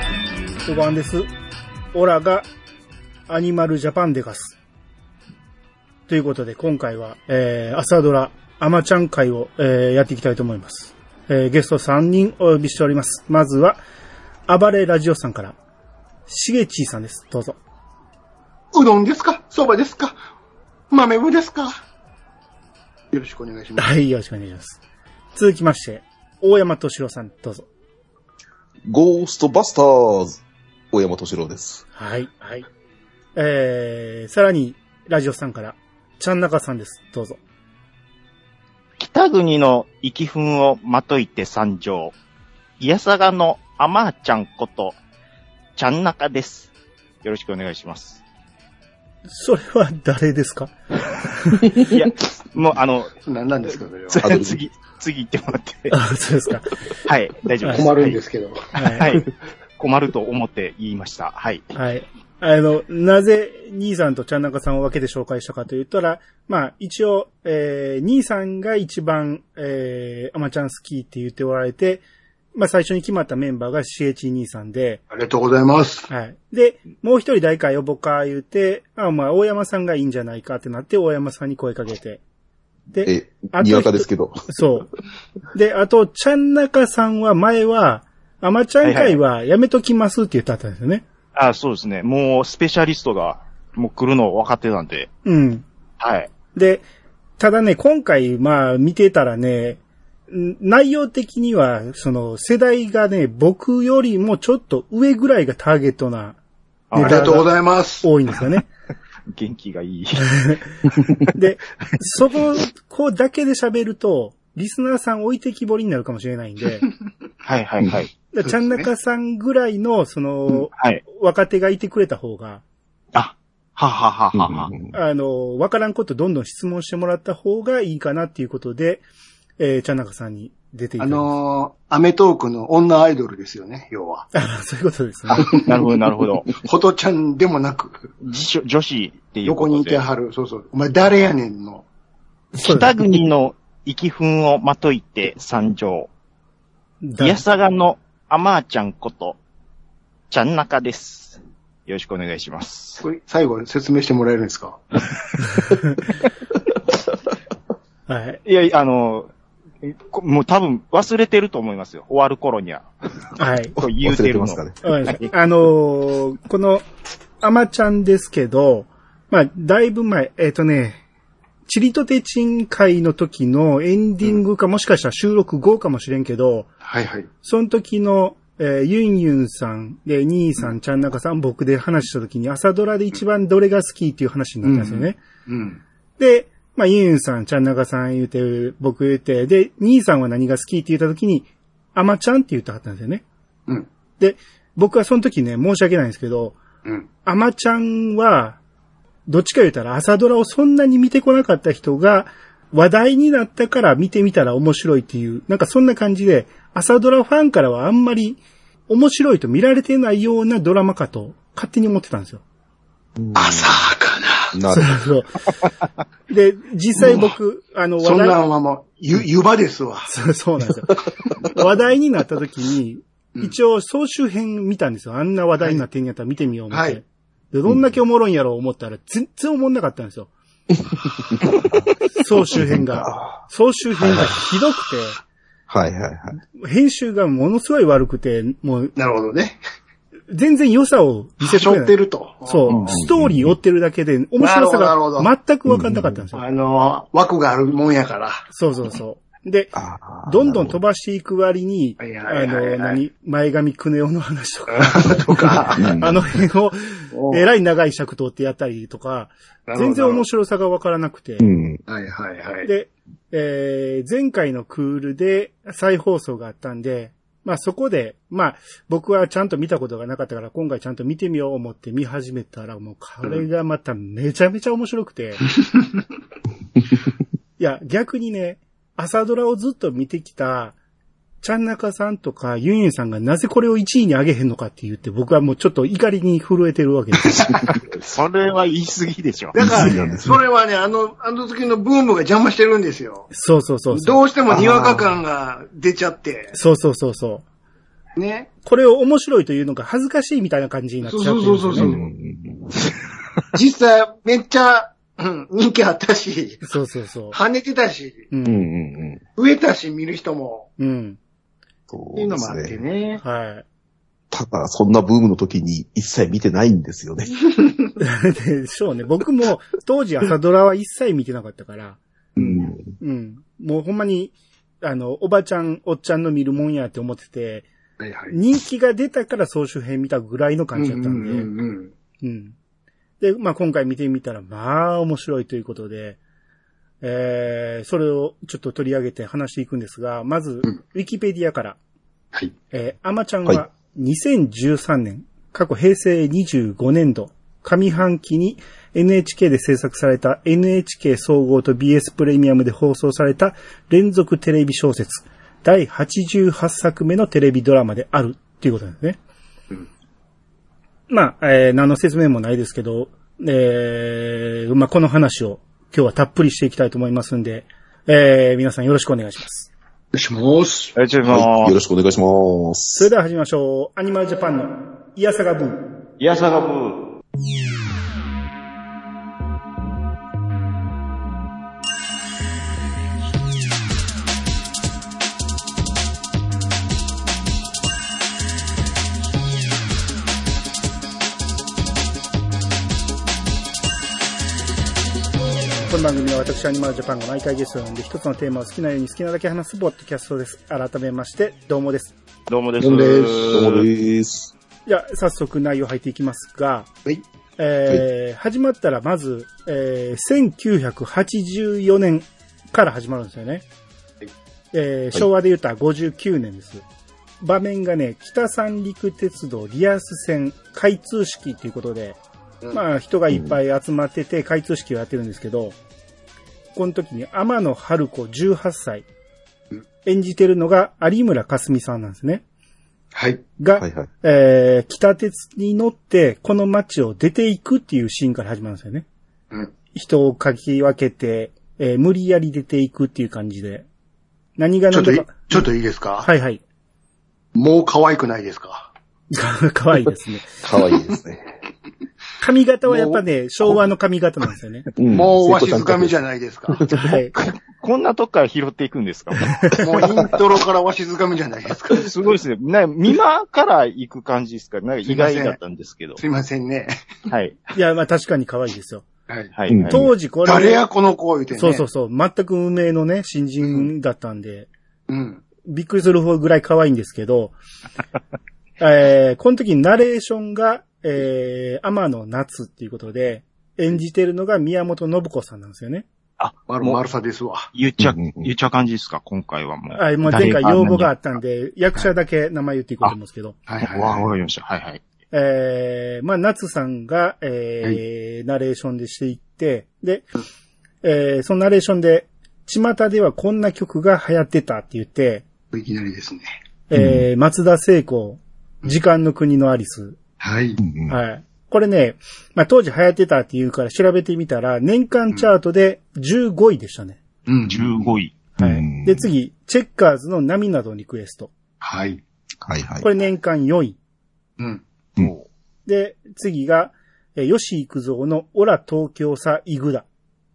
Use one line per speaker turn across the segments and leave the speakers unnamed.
5番です。オラがアニマルジャパンでガス。ということで、今回は、えー、朝ドラ、アマちゃん会を、えーやっていきたいと思います。えーゲスト3人お呼びしております。まずは、暴れラジオさんから、しげちーさんです。どうぞ。
うどんですかそばですか豆ぶですかよろしくお願いします。
はい、よろしくお願いします。続きまして、大山敏郎さん、どうぞ。
ゴーストバスターズ、大山敏郎です。
はい。はい。えー、さらに、ラジオさんから、ちゃんなかさんです。どうぞ。
北国の生き粉をまといて参上。いやさがのあまーちゃんこと、ちゃんなかです。よろしくお願いします。
それは誰ですか
い や、もうあの、
何なんですかそれは。
あ
次、次行ってもら って。
あ、そうですか。
はい、大丈夫です。。
困るんですすけど。
は。
はいい。困ると思って言いました。はい。
はい。あの、なぜ、兄さんとちゃんなかさんを分けて紹介したかと言ったら、まあ、一応、えー、兄さんが一番、えー、アマちゃん好きって言っておられて、まあ、最初に決まったメンバーが CH 兄さんで、
ありがとうございます。
はい。で、もう一人誰か呼ぼうか言うて、あ、まあ、大山さんがいいんじゃないかってなって、大山さんに声かけて。で、
え、にわかですけど。
そう。で、あと、ちゃんなかさんは前は、アマちゃん会はやめときますって言ってあったんですよね。
あそうですね。もうスペシャリストが、もう来るの分かってたんで。
うん。
はい。
で、ただね、今回、まあ、見てたらね、ん内容的には、その、世代がね、僕よりもちょっと上ぐらいがターゲットな、
あ
ありがとうございます。
多いんです よね。
元気がいい。
で、そこ、こうだけで喋ると、リスナーさん置いてきぼりになるかもしれないん で、
はいはいはい。
だからちゃんなかさんぐらいの、その、
はい。
若手がいてくれた方が、
あ、ははははは。
あの、わからんことどんどん質問してもらった方がいいかなっていうことで、えー、ちゃんなかさんに出ていた
あ
だいて
のー、アメトークの女アイドルですよね、要は。
あ そういうことですね。
なるほどなる ほど。
ホトちゃんでもなく、
自称女子っていう
横
ことで。
にいてはる。そうそう。お前誰やねんの。
そうだ
北国の生き粉をまといて参上。
だ
いやさがのあまーちゃんこと、ちゃんなかです。よろしくお願いします。
これ最後説明してもらえるんですか
はい。
いや、あの、こもう多分忘れてると思いますよ。終わる頃には。
はい。
こう言う
忘
て
れて
るの
ま。すかね。
わかりましたあのーこの、アマちゃんですけど、まあ、だいぶ前、えっ、とね、チリとテチン会の時のエンディングか、もしかしたら収録後かもしれんけど、
はいはい。
その時の、えーユンユンさん、で、兄さん、ちゃんなかさん、僕で話した時に、朝ドラで一番どれが好きっていう話になったんですよね。
うん。
で、まあ、ユンユンさん、ちゃんなかさん言うて、僕言うて、で、兄さんは何が好きって言った時に、アマちゃんって言ったはったんですよね。
うん。
で、僕はその時ね、申し訳ないんですけど、
うん。
アマちゃんは、どっちか言ったら朝ドラをそんなに見てこなかった人が、話題になったから見てみたら面白いっていう、なんかそんな感じで、朝ドラファンからはあんまり面白いと見られてないようなドラマかと、勝手に思ってたんですよ。
朝かな。
な
そ
る
うそう。で、実際僕、あの、
そ
話
んな
題、
んはもう、ゆ、ゆばですわ。
そうそうなんですよ。話題になった時に、
うん
一応総集編見たんですよ。あんな話題になってんやったら見てみよう思って。
はい
で、どんだけおもろいんやろう思ったら、全然おもんなかったんです よ。総集編が。総集編がひどく
はいはいはい。
て、編集がものすごい悪くて、もう
なるほどね。
全然良さを見せてく
端
れ
折っ
な
て
い。
ると。
そう、ストーリー追ってるだけで、面白さ
なるほどなるほ
が
ど
全くわかんなかったんですよ。
あのー、枠があるもんやから。
そうそうそう。で、
あー
どんどん飛ばしていく割に、あ
はいはいはいは
の、
い
何、前髪くねおの話とか、
とか。
うん
あの辺を、えらい長い尺取ってやったりとか、全然面白
白
さがわからなくて
う。ん。
い。はいはいはい。
で、えー前回のクールで再放送があったんで、まあそこで、まあ僕はちゃんと見たことがなかったから今回ちゃんと見てみよう思って見始めたらもうこれがまためちゃめちゃ面白く て。いや、逆にね、朝ドラをずっと見てきた、ちゃんなかさんとかユンユンさんがなぜこれを1位に上げへんのかって言って僕はもうちょっと怒りに震えてるわけです よ。
それは言い過ぎでしょ。
だから
いいなん
ね、
です
それはね、あの、あの時のブームが邪魔してるんですよ。
そうそうそうそう。
どうしてもにわか感が出ちゃって、
そうそうそうそう。
ね。
これを面白いというのが恥ずかしいみたいな感じになっちゃってるんですよ
そう
ね。
んんうん
実際、めっちゃ、うん人気あったし、
そうそうそう。
跳ねてたし、
う
うん
ん。
うんうん。
植えたし、見る人も、
うん。
そ
っていうのもあって。ね。
は
だからそんなブームの時に一切見てないんですよね。
い。でしょうね。僕も当時朝ドラは一切見てなかったから、
うん。
うん。もうほんまに、あの、おばちゃん、おっちゃんの見るもんやって思ってて、
はいはい
人気が出たから総集編見たぐらいの感じだったんで、
うんうんうん
うん。で、まあ、今回見てみたら、まあ、面白いということで、えー、それをちょっと取り上げて話していくんですが、まず、
うん
ウィキペディアから、
はい。
えー、アマちゃん
は
は2013年、過去平成25年度、上半期に NHK で制作された NHK 総合と BS プレミアムで放送された連続テレビ小説、第88作目のテレビドラマであるっていうことなんですね。
うん
まあ、えー何の説明もないですけど、えーまあ、この話を今日はたっぷりしていきたいと思いますんで、えー皆さんよろしくお願いします。
お願いします。
ありがとうござい
はい。
ま
よ
す。
ろしくお願いします。
それでは始めましょう。アニマルジャパンのイヤサガブー。
いやさがブー。
この番組は私アニマルジャパンが毎回ゲストを呼んで一つのテーマを好きなように好きなだけ話すポッドキャストです。改めまして、どうもです。
どうもです。
どうもです
どうもです。
じゃあ、早速内容入っていきますが、
はい。
えー始まったらまず、えー1984年から始まるんですよね。
はい
えー昭和で言ったら59年です。場面がね、北三陸鉄道リアス線開通式ということで、
うん
まあ人がいっぱい集まってて開通式をやってるんですけど、この時に天野春子18歳
うん、
演じてるのが有村架純さんなんですね。
はい。
が、
はいはい。
えー、北鉄に乗って、この街を出ていくっていうシーンから始まるんですよね。
うん。
人をかき分けて、えー無理やり出ていくっていう感じで。何が
ちょっ
何
とい
だ
い
か。、
ちょっといいですか
はいはい。
もう可愛くないですか
可愛いですね。
かわいいですね。
髪型はやっぱね、昭和の髪型なんですよね。
うん
もうわしづかみじ
ゃ。
ゃないですか。
はい。
こんなとこから拾っていくんですか
もうイントロからわしづかみじゃないです か。
すごいですね。な、見間から行く感じですかなんか意外だったんですけど。
すいませんね。
はい。
いや、まあ確かに可愛いですよ。
はい。
は
う
い。
ん
当時これ、
誰やこの子言うてね。
そうそうそう、全く無名のね、新人だったんで、
う。うん。
びっくりする方ぐらい可愛いんですけど、えー、この時にナレーションが、えー、天野夏っていうことで、演じてるのが宮本信子さんなんですよね。
丸、
もう
丸さですわ。
言っちゃ、
うんうんうん
言っちゃう感じですか今回はもう。
はい、もう前
誰
回
が
要望があったんで、役者だけ名前言っていこうと思うんですけど、
はい
何
はい
がわ
は
わかりました。はいはい。
えー、まあ、夏さんが、えー、ナレーションでしていって、で、えー、そのナレーションで、巷ではこんな曲が流行ってたって言って、
い。いきなりですね。
えー、松田聖子、時間の国のアリス、
はい。
うんうん
はい。これね、まあ、当時流行ってたっていうから調べてみたら、年間チャートで15位でしたね。
うん。
15位。
は
う
い。
ん
で、次、チェッカーズの涙のリクエスト。
はい。
はいはい
こ。れ年間4位。
うん。
うん
で、次が、えー、吉幾三のオラ東京さイグダ。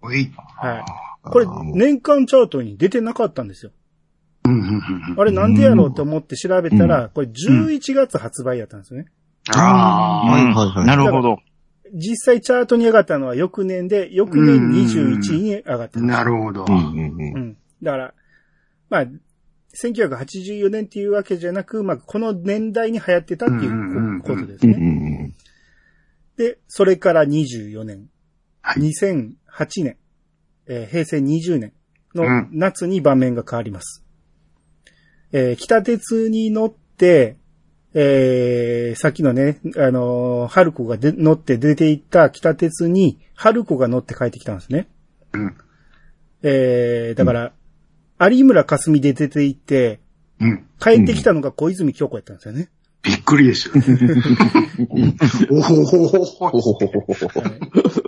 おい。
はい。これ
あーもう
年間チャートに出てなかったんですよ。
うんうんうんうん。
あれなんでやろうと思って調べたら、これ11月発売やったんですよね。
あ
は
あ。
いはいはい
なるほど。
実際チャートに上がったのは翌年で、翌年21位に上がってます。
なるほど。
うんうん
う
うん。
ん。だから、まあ、1984年っていうわけじゃなく、まあ、この年代に流行ってたってい
うんうんうん
うこことです
うんう
ね。
んうん。
で、それから24年、
はい。
2008年、えー平成20年の
うん
夏に場面が変わります。えー北鉄に乗って、えーさっきのね、あのー春子がで乗って出て行った北鉄に、春子が乗って帰ってきたんですね。
うん。
えーだから、有村架純で出て行って、
うん。
帰ってきたのが小泉京子やったんですよね。
びっくりですよ ね。おほほほ
ほ
ほ。
ほほほほほ
はい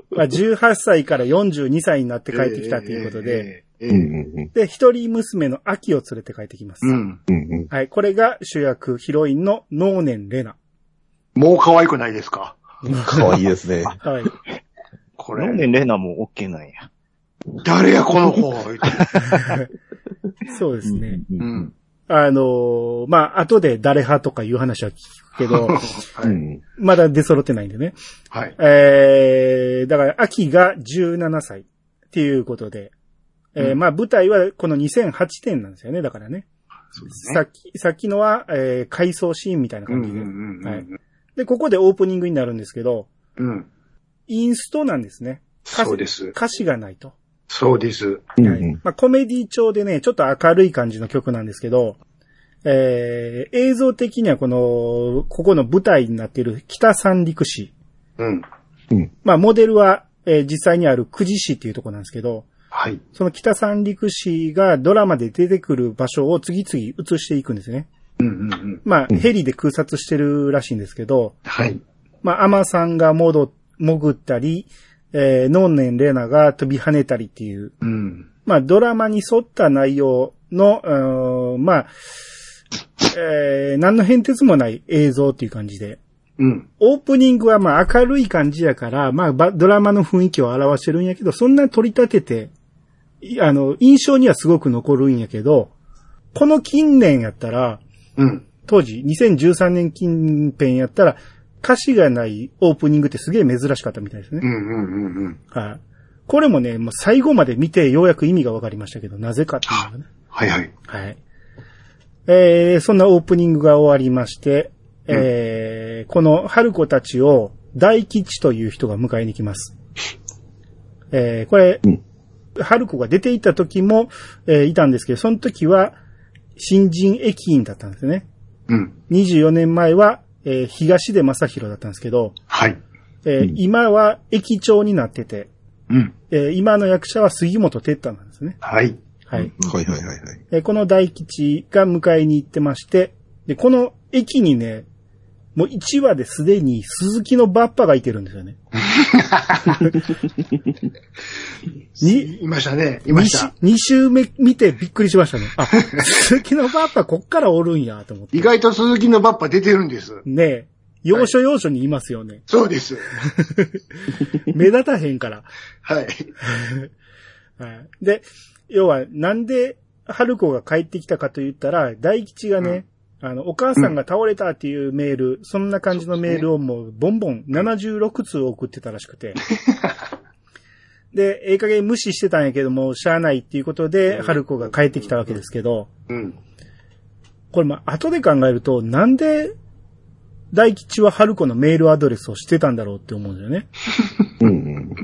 まあ、18歳から42歳になって帰ってきたということで、
ええ
うん
え。
うん
で、一人娘の秋を連れて帰ってきます。
うん。
うんうんうん。
はい。これが主役、ヒロインの能年玲奈。
もう可愛くないですか
かわいいですね。
はい。
こ
なんで
れ。
レナも OK なんや。
誰や、この子。
そうですね。
うん
う
うん
ん。
あのーまあ、後で誰派とかいう話は聞くけ
う
ど、
はい。
ん。
まだ出揃ってないんでね。
はい。
えー、だから、秋が17歳っていうことで、えー
うん
まあ、舞台はこの2008年なんですよね、だからね。
そうです
さ
ね。
っき、さっきのは、えー、回想シーンみたいな
うん
感じで。
うんうんうん。
で、ここでオープニングになるんですけど、
うん。
インストなんですね。歌詞
そうです。
歌詞がないと。
そうです。
うんう
はい
ん。
まあ、コメディ調でね、ちょっと明るい感じの曲なんですけど、えー、映像的にはこの、ここの舞台になっている北三陸市。
うん。
まあ、モデルは、えー実際にある久慈市っていうところなんですけど、
はい。
その北三陸市がドラマで出てくる場所を次々移していくんですね。
うんうんうん。
まあ、
うん
ヘリで空撮してるらしいんですけど、
はい。
まあ、アマさんが戻っ、潜ったり、えー、ノンネンレナが飛び跳ねたりっていう、
うん。
まあ、ドラマに沿った内容の、うーんまあ、えー、何の変哲もない映像っていう感じで。
うん。
オープニングはまあ明るい感じやから、まあばドラマの雰囲気を表してるんやけど、そんな取り立てて、いあの、印象にはすごく残るんやけど、この近年やったら、
うん。
当時2013年近辺やったら、歌詞がないオープニングってすげえ珍しかったみたいです
う
ね。
んうんうんうん。
はい。これもね、もう最後まで見てようやく意味がわかりましたけど、なぜかっていうのがね。
はいはい。
はい。えー、そんなオープニングが終わりまして、えー、この春子たちを大吉という人が迎えに来ます。えー、これ
うん、
春子が出ていった時も、えーいたんですけど、その時は新人駅員だったんですね。
うん。
24年前は、えー東出正宏だったんですけど、
はい。
えー
うん
今は駅長になってて、
うん。
えー今の役者は杉本哲太なんですね。
はい。
はい。
はいはいはいはい。
えーこの大吉が迎えに行ってまして、で、この駅にね、もう1話ですでに鈴木のバッパがいてるんですよね。に
いましたね。いま
2
した。
週目見てびっくりしましたね。あ、鈴木のバッパこっからおるんやと思って。
意外と鈴木のバッパ出てるんです。
ねえ、要所要所にいますよね。
そうです。
目立たへんから。
はい。
はいで、要は、なんで、春子が帰ってきたかと言ったら、大吉がね、あの、お母さんが倒れたっていうメール、そんな感じのメールをもう、ボンボン76通送ってたらしくて。 で、ええ加減無視してたんやけども、しゃあないっていうことで、春子が帰ってきたわけですけど、
うん。
これまあ、後で考えると、なんで、大吉は春子のメールアドレスをしてたんだろうって思うんだよね。
うんうん。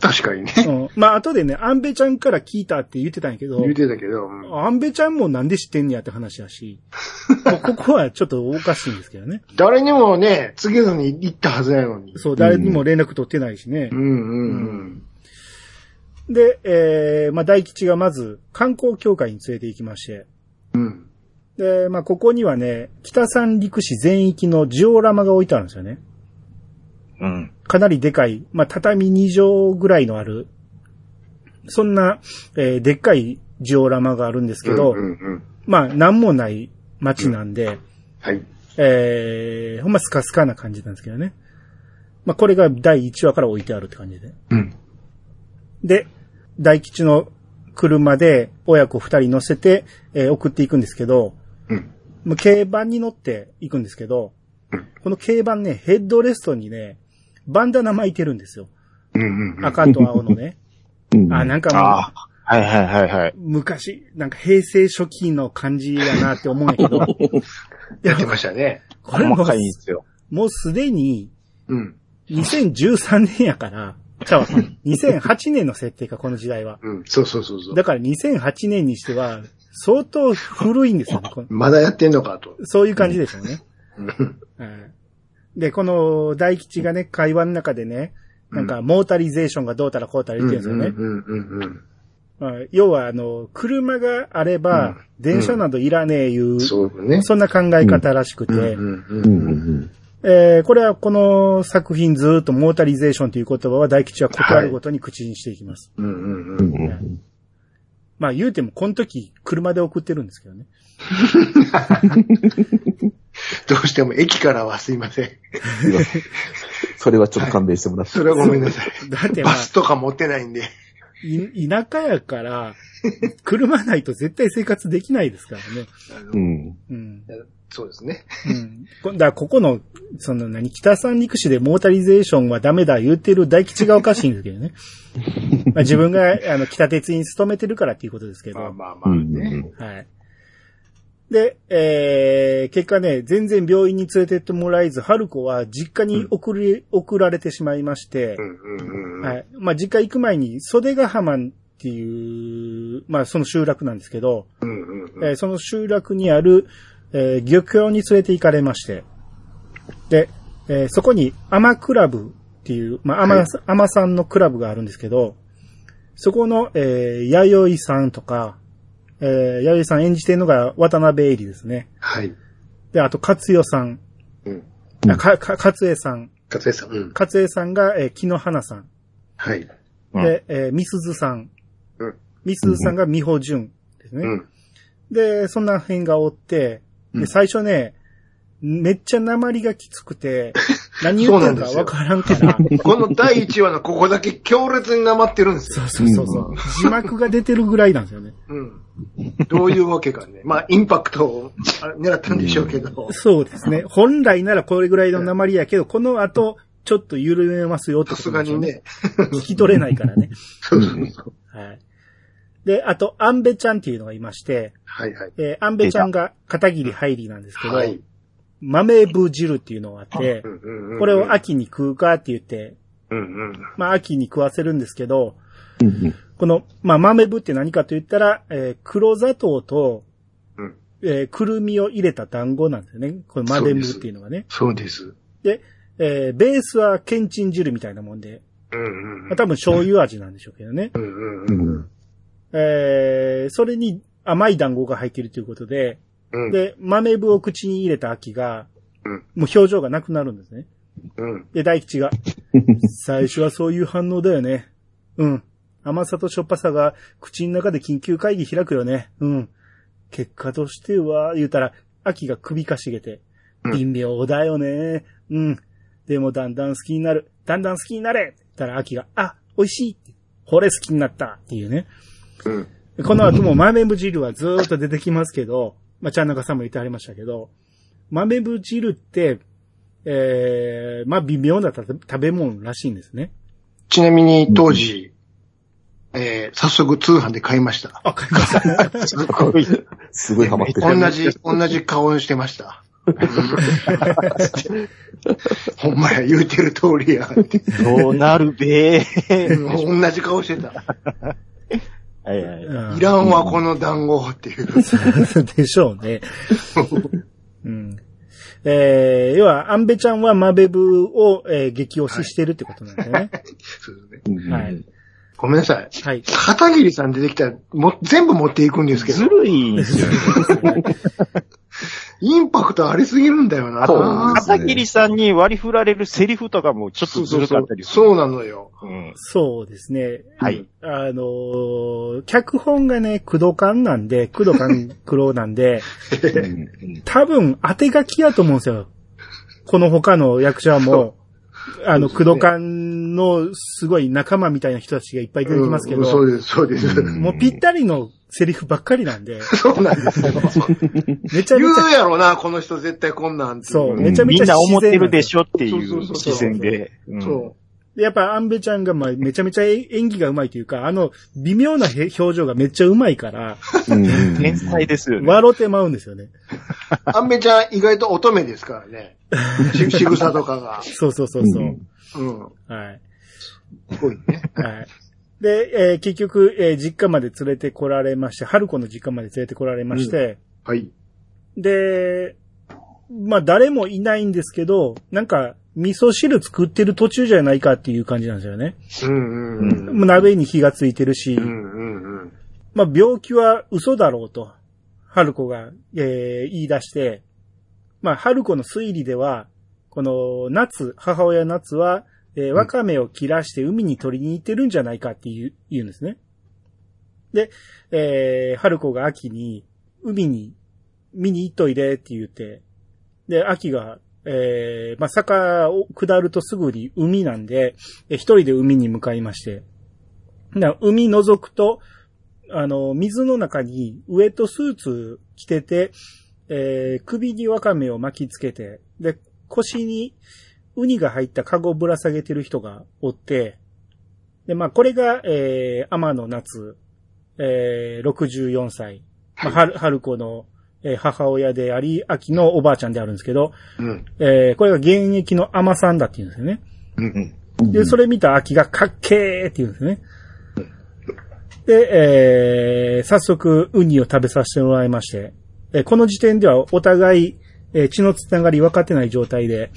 確かにね。
うん。まあ、後でね、アンベちゃんから聞いたって言ってたんやけど、
言うてたけど。うん
アンベちゃんもなんで知ってんねやって話や し、まあここはちょっとおかしいんですけどね。
誰にもね、告げずに行ったはずやのに。
そう、誰にも連絡取ってないしね
う。んうん
で、えー、まあ、大吉がまず観光協会に連れて行きまして、
うん。うん。
で、まあ、ここにはね、北三陸市全域のジオラマが置いてあるんですよね。
うん。
かなりでかい、まあ、畳2畳ぐらいのある、そんな、えーでっかいジオラマがあるんですけど、
うんうんうん。
まあ、なんもない街なんで、
はい。
えー、ほんまスカスカな感じなんですけどね。まあ、これが第1話から置いてあるって感じで。
うん。
で、大吉の車で親子二人乗せて、えー送っていくんですけど、
うん。
まあ、軽バンに乗っていくんですけど、この軽バンね、ヘッドレストにね、バンダナ巻いてるんですよ。
うんうんうん。
赤と青のね。
うん
あ、なん
あ
か
あ。はいはいはいはい。
もう、昔、なんか平成初期の感じだなって思うんやけ ど、
やってましたね。
これ
細
もう
かいんですよ。
もうすでに、
うん。
2013年やから、ちゃうわ2008年の設定か、この時代は。
うん。そうそうそうそう。
だから2008年にしては、相当古いんですよね。この
まだやってんのかと。
そういう感じでしょうね。
うん
うんで、この大吉がね、会話の中でね、なんか、モータリゼーションがどうたらこうたら
う
言っ
ん
て
う
るんですよね
ん。うんうん。
まあ要は、あの、車があれ
う
ば
ん、
電車などいらねえいう、そ
そうね。
んな考え方らしくて、
うんう
うん
ん
う
うん。
ん
えーこれはこの作品ずーっとモータリゼーションという言葉は大吉はことあるごとに口にしていきます。
うんう
う
んうんん。
うん
まあ言うてもこの時車で送ってるんですけど ね。
どうしても駅からはすいません。
すいませんそれはちょっと勘弁してもらって。
それはごめんなさい。
だってまあ
バスとか持ってないんで。
い田舎やから、車ないと絶対生活できないですからね。
あの
うん。
うん。
そうですね。
うん。こだからここの、その何、北三陸市でモータリゼーションはダメだ言うてる大吉がおかしいんですけど ね。まあ自分が、あの、北鉄に勤めてるからっていうことですけど。
まあまあま
う
あ
んう
ね。
ん。
はい。で、えー、結果ね、全然病院に連れてってもらえず、春子は実家に送り、送られてしまいまして、
うんうんうん。
はい。まあ、実家行く前に、袖ヶ浜っていう、まあ、その集落なんですけど、
うんうんうん
えーその集落にある、えー漁協に連れて行かれまして、で、えーそこに、アマクラブっていう、まあ、アマ、
はい
アマさんのクラブがあるんですけど、そこの、えー、弥生さんとか、えー、弥生さん演じてるのが渡辺恵里ですね。
はい。
で、あと、勝代さん、
うん。
うん
あか、か、勝江さん、
勝江さん。うん。
勝江さんが、えー、木の花さん、
はい。
うん
で、えー、みすずさん。
うん
みすずさんがみほじゅんですね。
うん。
で、そんな辺がおって、
う
で、
ん
最初ね、めっちゃ鉛がきつく て、何言ってんかわからんから、
この第1話のここだけ強烈に黙ってるんです
そ
よ。
うそうそうそう、字幕が出てるぐらいなんですよね。
うん。どういうわけかね。まあ、インパクトをあ狙ったんでしょうけど。
そうですね。本来ならこれぐらいの鉛やけど、この後、ちょっと緩めますよって
さ
こと
す
な
が
んでしょ
に
う。
ね。
聞き取れないから ね。
そうそうそう。
はい。で、あと、アンベちゃんっていうのがいまして、
はいはい。
えーアンベちゃんが片桐入りなんですけど、
はい。
豆ブ汁っていうのがあって
う、んうんうん
これを、秋に食うかって言って、
うんうん。
まあ秋に食わせるんですけど、
うんうん
この、まあ豆ぶって何かと言ったら、えー黒砂糖と、
うん
えーくるみを入れた団子なんですよね。この豆ぶっていうのがね。
そうです。
えーベースはけんちん汁みたいなもんで、
うんうん
まあ、多分醤油味なんでしょうけどね。
うんうん
う
うん。
んうん。
えーそれに甘い団子が入っているということで、
うん
で、豆ぶを口に入れた秋が、
うん
もう表情がなくなるんですね。
うん。
で、大吉 が、最初はそういう反応だよね。うん。甘さとしょっぱさが口の中で緊急会議開くよね。うん。結果としては、言うたら、秋が首かしげて、
うん
微妙だよね。うん。でもだんだん好きになる。だんだん好きになれって言ったら秋が、あ、美味しいって。これ好きになったっていうね。
うん
この後も豆ぶ汁はずーっと出てきますけど、まあ、ちゃんなかさんも言ってありましたけど、豆ぶ汁って、ええまあ、微妙なた食べ物らしいんですね。
ちなみに当時、えー、早速通販で買いました。
あ、買いました。
すごいハマってる。
同じ、同じ顔をしてま した。ほんまや、言うてる通りや。って
どうなるべー。
同じ顔してた。
はいはいはい。
いらんわ、この団子っていう。
うんでしょうね。うん。ええ要は、アンベちゃんは豆ぶを、えー激推ししてるってことなんですよね。
そうですね
うん
はい。はい。
ごめんなさい。片桐さん出てきたら、もう全部持っていくんですけ
ず
ど、
るいんですよ。
インパクトありすぎるんだよな。
そう
あ
片桐さんに割り振られるセリフとかもちょっとずるかったりする。
そうなのよ。
うん
そうですね。
はい。
あのー脚本がね、工藤勘なんで、工藤勘苦労なんで、
うん
多分当て書きやと思うんですよ。この他の役者も、あの、
そうです
工
ね
藤勘のすごい仲間みたいな人たちがいっぱい出てきますけど、
うんそうです、そうです。
うん
もうぴったりのセリフばっかりなんで、
そうなんですよ。
め ちゃめ
言
ちゃ、
うやろな、 この人絶対こんなんってい
そう、
ん
めちゃめ
み
ち
ん
ゃ
な思
自
って
然なん
る
で
ですし
よ
ょってい
そううそうそう
視線で。うん
そ
でやっぱ、アンベちゃんが、まあ、めちゃめちゃ演技が上手いというか、あの、微妙な表情がめっちゃ上手いから、
うん
天才ですよね。
笑ってまうんですよね。
う。アンベちゃん意外と乙女ですからね。し仕草とかが。
そうそうそうそう。
ん
うん。
はい。
すごいね。
はい。で、えー結局、えー実家まで連れてこられまして、春子の実家まで連れてこられまして、
はい。
で、まあ誰もいないんですけど、なんか、味噌汁作ってる途中じゃないかっていう感じなんですよね。
うんうんうん。
もう鍋に火がついてるし、
うんうんうん。
まあ病気は嘘だろうと、春子が、えー言い出して、まあ春子の推理では、この夏、母親夏は、えーワカメを切らして海に取りに行ってるんじゃないかっていう、言うんですね。で、えー、春子が秋に、海に、見に行っといでって言って、で、秋が、えー、まあ、坂を下るとすぐに海なんで、え一人で海に向かいまして、な海覗くと、あの、水の中にウエットスーツ着てて、えー、首にワカメを巻きつけて、で、腰にウニが入ったカゴぶら下げてる人がおって、で、まあ、これが、えー、天野夏、えー、64歳、まあ、はる、春子の、えー母親であり、秋のおばあちゃんであるんですけど、
うん。
えー、これが現役の天さんだって言うんですよね。
うん。
で、それ見た秋がかっけーって言うんですね。で、えー、早速、ウニを食べさせてもらいまして、えーこの時点ではお互い、えー血のつながり分かってない状態で、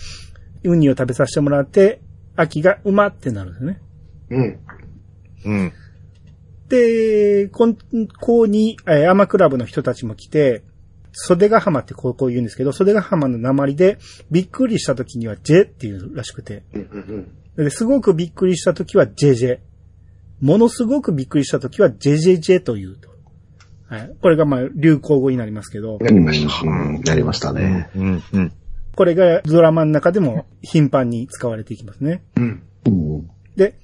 ウニを食べさせてもらって、秋がうまってなるんですね。
うん。
うん。
で、こんこうに、えーアマクラブの人たちも来て、袖ヶ浜ってこうこう言うんですけど、袖ヶ浜の鉛で、びっくりした時にはジェっていうらしくて。
うん。うん。
ですごくびっくりした時はジェジェ。ものすごくびっくりした時はジェジェジェというと。はい。これがまあ流行語になりますけど、
やりました。
うん、やりましたね。
うん、うん。
これがドラマの中でも頻繁に使われていきますね。
うん。
うん。
で、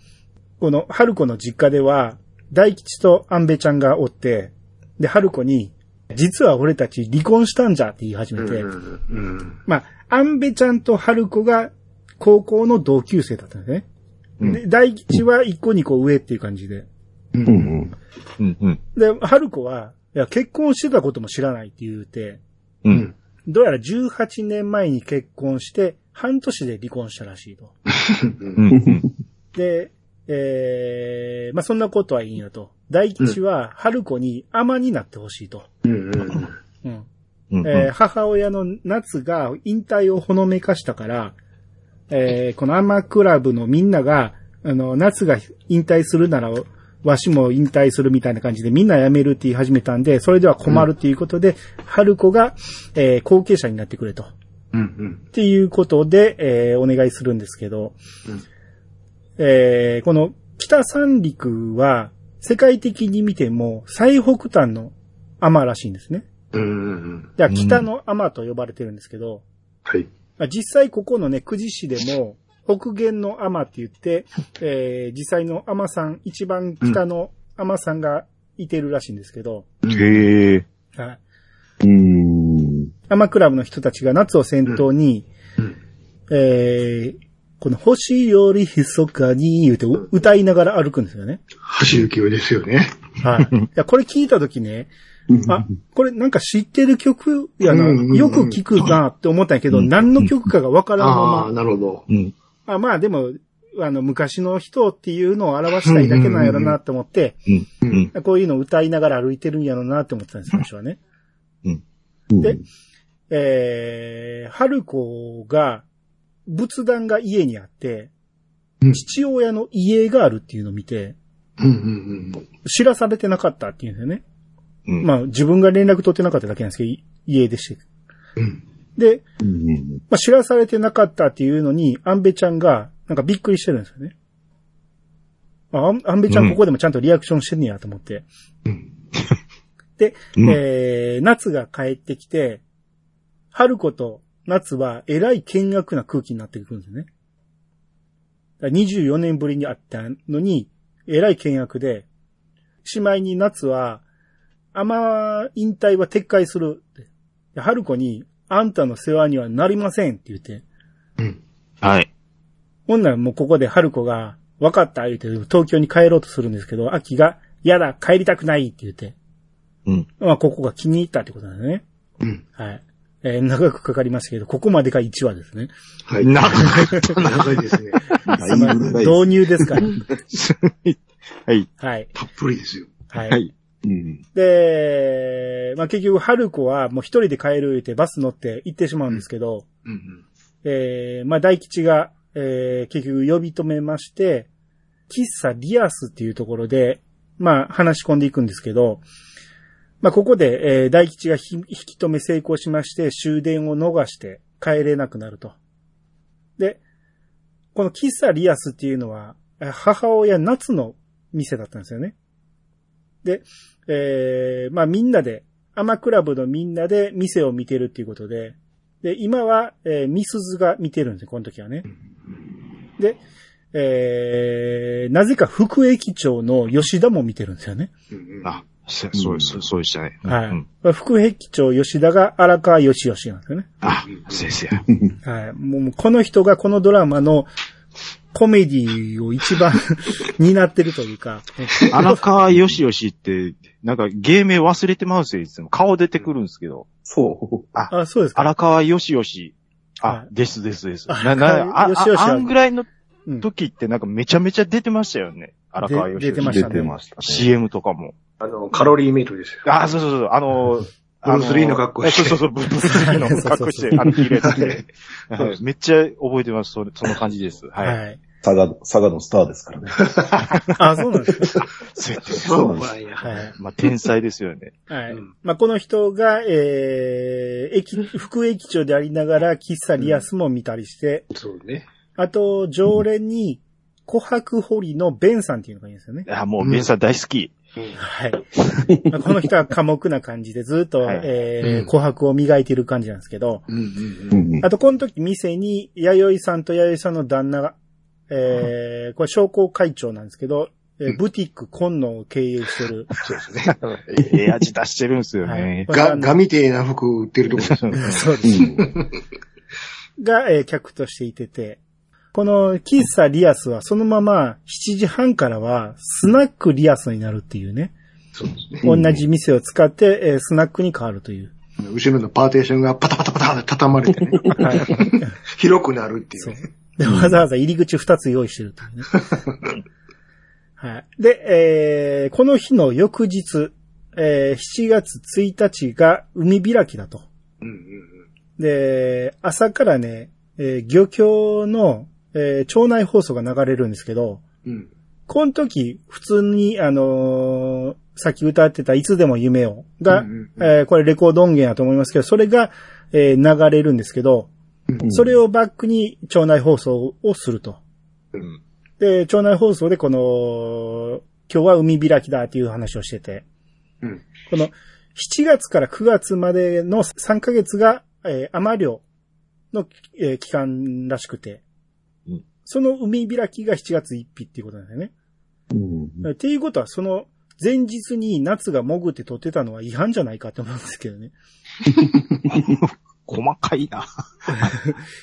この、春子の実家では、大吉と安部ちゃんがおって、で、春子に、実は俺たち離婚したんじゃって言い始
う
め
ん。
て、
うん。
まあ、安部ちゃんと春子が高校の同級生だったんですね。
うん
で、大吉は一個二個上っていう感じで。
うんうん。
うん、うん。
で、春子は、いや、結婚してたことも知らないって言うて、
うん。
どうやら18年前に結婚して、半年で離婚したらしいと。
うん、うん。
で、えー、まあ、そんなことはいいんやと。大吉は、春子に甘になってほしいと。
うん。うん。
うん。
うん、うん。
えー母親の夏が引退をほのめかしたから、えーこのアマクラブのみんなが、あの、夏が引退するなら、わしも引退するみたいな感じでみんな辞めるって言い始めたんで、それでは困るっていうことで、春子が、えー後継者になってくれと。
うん。
っていうことで、えーお願いするんですけど、
うん
えーこの北三陸は世界的に見ても最北端の天らしいんですね。
うん。
だから北の天と呼ばれてるんですけど、
はい。
まあ実際ここのね、久慈市でも北限の天って言 って、えー実際の天さん、一番北の天さんがいてるらしいんですけど、
へえ。
はい
うん。
天クラブの人たちが夏を先頭に、
うん。
えー、この星より密かに言うてう歌いながら歩くんですよね。
橋幸夫ですよね。
はい。いや、これ聞いたときね、あ、これなんか知ってる曲やな、
うんうんうん
よく聞くなって思ったんやけど、
うん
何の曲かがわからん
あ
ま
あ、なるほど。
うん。
ま、あまあでも、あの、昔の人っていうのを表したいだけなんやろなって思って、
うん。
こういうのを歌いながら歩いてるんやろなって思ってたんです、最初はね。でえー、春子が、仏壇が家にあって、
うん
父親の家があるっていうのを見て、
うんうんうん。
知らされてなかったっていうんですよね。
うん
まあ自分が連絡取ってなかっただけなんですけど、い家でして。
うん。
で、
うん。
まあ知らされてなかったっていうのに、安部ちゃんが、なんかびっくりしてるんですよね。あ、安部ちゃんここでもちゃんとリアクションしてんねやと思って。で、
うん
えー、夏が帰ってきて、春子と夏はえらい険悪な空気になってくるんですね。だから24年ぶりに会ったのに、えらい険悪で、しまいに夏は、あま引退は撤回するって。で春子に、あんたの世話にはなりませんって言って。
はい。
ほんならもうここで春子が、わかった言うて、東京に帰ろうとするんですけど、秋が、やだ、帰りたくないって言って。
うん。
まあ、ここが気に入ったってことなんですね。
うん。
はい。えー長くかかりましたけど、ここまでが1話ですね。
はい。
な、
長いですね。
だいぶ長いです
導入ですから。
はい。
はい。
たっぷりですよ。
はい。
はい。
うん。
で、まあ、結局、春子はもう一人で帰る言うて、バス乗って行ってしまうんですけど、
うん
えーまあ、大吉が、えー結局呼び止めまして、喫茶リアスっていうところで、まあ、話し込んでいくんですけど、まあ、ここで、えー大吉がひ引き止め成功しまして、終電を逃して帰れなくなると。で、この喫茶リアスっていうのは、えー母親夏の店だったんですよね。で、えー、まあみんなで、アマクラブのみんなで店を見てるっていうことで、で、今は、えー、ミスズが見てるんですよ、この時はね。で、えー、なぜか副駅長の吉田も見てるんですよね。
あ、そそう、そう、そうでしたね。
はい。
うん
まあ副駅長吉田が荒川義義なんですよね。
あ、先生や。
はい。もう、もうこの人がこのドラマのコメディを一番 担ってるというか、
荒川よしよしって、なんか芸名忘れてまうんすよ、いつも。顔出てくるんですけど。
そ
あ、そうですか。
荒川よしよし。
は
あ
い、
ですですです。
荒
な、
川
な、あ、あ
よしよしは
あんぐらいの
うん
時ってなんかめちゃめちゃ出てましたよね。荒川よし
で
よ
出てま
う。
し
出
たね
てましたね。
CM とかも。
あの、カロリーメイトですよ。
あ、そうそうそう、あのー、
ブルースリーの格好して
あのーそうそうそう、ブルースリーの格好 して、あの、ヒレつけて
そう
は
で
いめっちゃ覚えてます、それその感じです。
は
はい。
い。
佐賀、佐賀のスターですからね。
あ、そうなんです。
そうやって
そうなんや。
はい。
まあ、天才ですよね。
はい。
うん
まあ、この人が、えー、駅、副駅長でありながら、喫茶リアスも見たりして、
そうね。
あと、常連に、琥珀堀のベンさんっていうのがいいんですよね。
あ、もう、ベンさん大好き。
はい。まあこの人は寡黙な感じで、ずっと、
はい
え
う
ー、
ん
琥珀を磨いてる感じなんですけど、
うんうんう。
うんん うん
あと、この時、店に、弥生さんと弥生さんの旦那が、えー、これ、商工会長なんですけど、えーブティック今野を経営してる。
そうですね。
ええ味出してるんですよ
はい
ね。
これはあ
が、
の
がみてえな服売ってるとこです。
そうです。
うん
が、えー客としていてて、この喫茶リアスはそのまま7時半からはスナックリアスになるっていうね。
そうですね。
同じ店を使って、えースナックに変わるという。
後ろのパーテーションがパタパタパタって畳まれてね。広くなるっていうね。
で、わざわざ入り口2つ用意してるというね。 はい。で、えーこの日の翌日、えー7月1日が海開きだと。
うんうん
で、朝からね、えー漁協の、えー町内放送が流れるんですけど、
うん。うん。
この時、普通に、あのーさっき歌ってた、いつでも夢を、が、
うんうん
えーこれレコード音源だと思いますけど、それが、えー流れるんですけど、
うん
それをバックに町内放送をすると。
うん
で、町内放送でこの、今日は海開きだっていう話をしてて、
うん
この7月から9月までの3ヶ月が、えー、雨漁の、えー期間らしくて、
うん
その海開きが7月1日っていうことなんだよね。
うん
っていうことは、その前日に夏が潜って撮ってたのは違反じゃないかと思うんですけどね。
細かいな。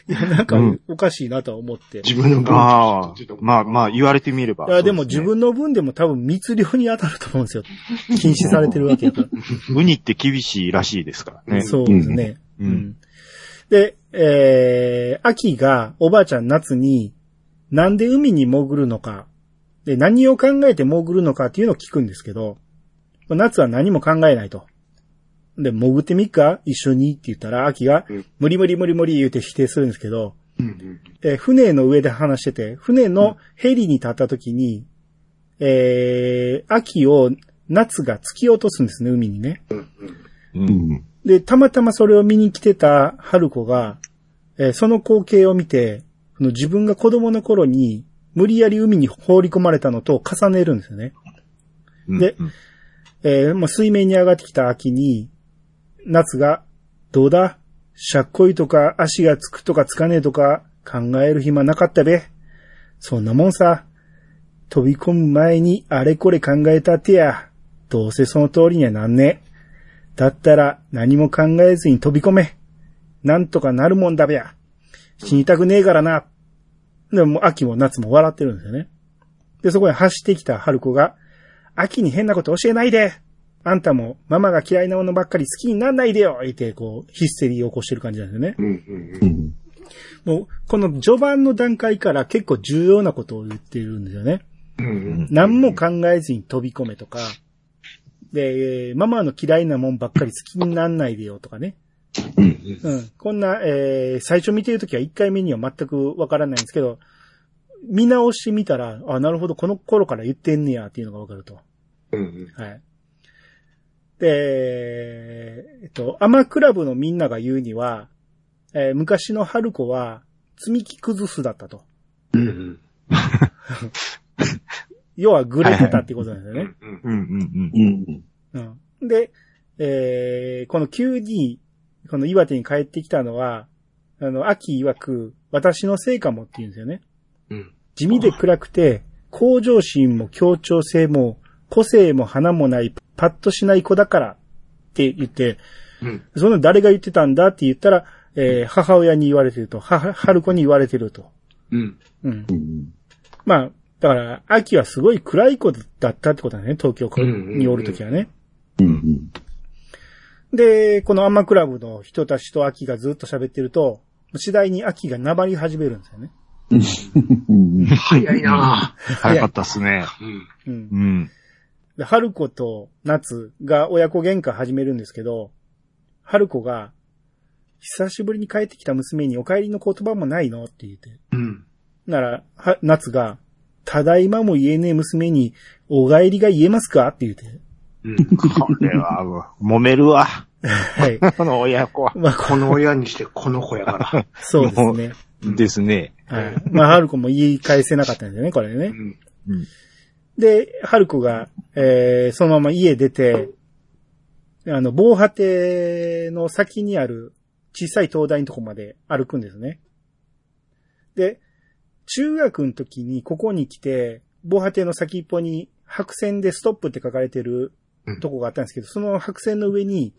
いや、 なんか
うん
おかしいなとは思って。
自分の分
ああ
ちょっ、と
まあまあ、言われてみれば。
いや、でも
そうす
自
ね
分の分でも多分密漁に当たると思うんですよ。禁止されてるわけだか
ウニって厳しいらしいですから
ら。
ね。
そうですね。
う。
うんんで、えー、秋がおばあちゃん夏に、なんで海に潜るのか、で、何を考えて潜るのかっていうのを聞くんですけど、夏は何も考えないと。で、潜ってみっか一緒にって言ったら、秋が
うん、
無理無理無理無理言うて否定するんですけど、
うんうん
えー船の上で話してて、船のヘリに立った時に、えー、秋を夏が突き落とすんですね、海にね。
うんうん
う
う。
んん
で、たまたまそれを見に来てた春子が、えーその光景を見て、その自分が子供の頃に無理やり海に放り込まれたのと重ねるんですよね。
うん
で
うん
えーもう水面に上がってきた秋に、夏が、どうだしゃっこいとか足がつくとかつかねえとか考える暇なかったべ。そんなもんさ。飛び込む前にあれこれ考えたってや。どうせその通りにはなんねえ。だったら何も考えずに飛び込め。なんとかなるもんだべや。死にたくねえからな。でももう秋も夏も笑ってるんですよね。で、そこへ走ってきた春子が、秋に変なこと教えないであんたもママが嫌いなものばっかり好きになんないでよ言って、こう、ヒステリーを起こしてる感じなんですよね。
うんうん
う。ん
もう、この序盤の段階から結構重要なことを言ってるんですよね。
うんうん
何も考えずに飛び込めとか、で、えーママの嫌いなもんばっかり好きになんないでよとかね。
うん
うん。こんな、えー最初見てるときは1回目には全くわからないんですけど、見直してみたら、あ、なるほど、この頃から言ってんねやっていうのがわかると。
うん
はい。で、えっと、アマクラブのみんなが言うには、えー昔の春子は、積み木崩すだったと。
うん。
要はグレてたってことなんですよね。
うん
うんうん
うん。
うん。で、えー、この QD、この岩手に帰ってきたのは、あの、秋曰く、私のせいかもって言うんですよね。
うん。
地味で暗くて、向上心も協調性も、個性も花もない、パッとしない子だからって言って、
うん。
その誰が言ってたんだって言ったら、えー、母親に言われてると、は、は春子に言われてると。
うん。
うん。
うん。
まあ、だから、秋はすごい暗い子だったってことだね、東京におるときはね。
うん。
で、このアンマクラブの人たちと秋がずっと喋ってると、次第に秋がなばり始めるんですよね。
うん。
早いなぁ。
うん。早かったっすね。
う
うん。
ん
う。ん。
で、春子と夏が親子喧嘩始めるんですけど、春子が、久しぶりに帰ってきた娘にお帰りの言葉もないのって言って。
うん。
なら、は夏が、ただいまも言えねえ娘に、お帰りが言えますかって言って。
うん。
これは、揉めるわ。
はい。
この親子は。
まあ、こ
この親にしてこの子やから。
そうですね。
ですね。
はい。まあ、春子も言い返せなかったんですよね、これね。
うん。
で、春子が、えー、そのまま家出て、あの、防波堤の先にある小さい灯台のとこまで歩くんですね。で、中学の時にここに来て、防波堤の先っぽに白線でストップって書かれてるとこがあったんですけど、その白線の上に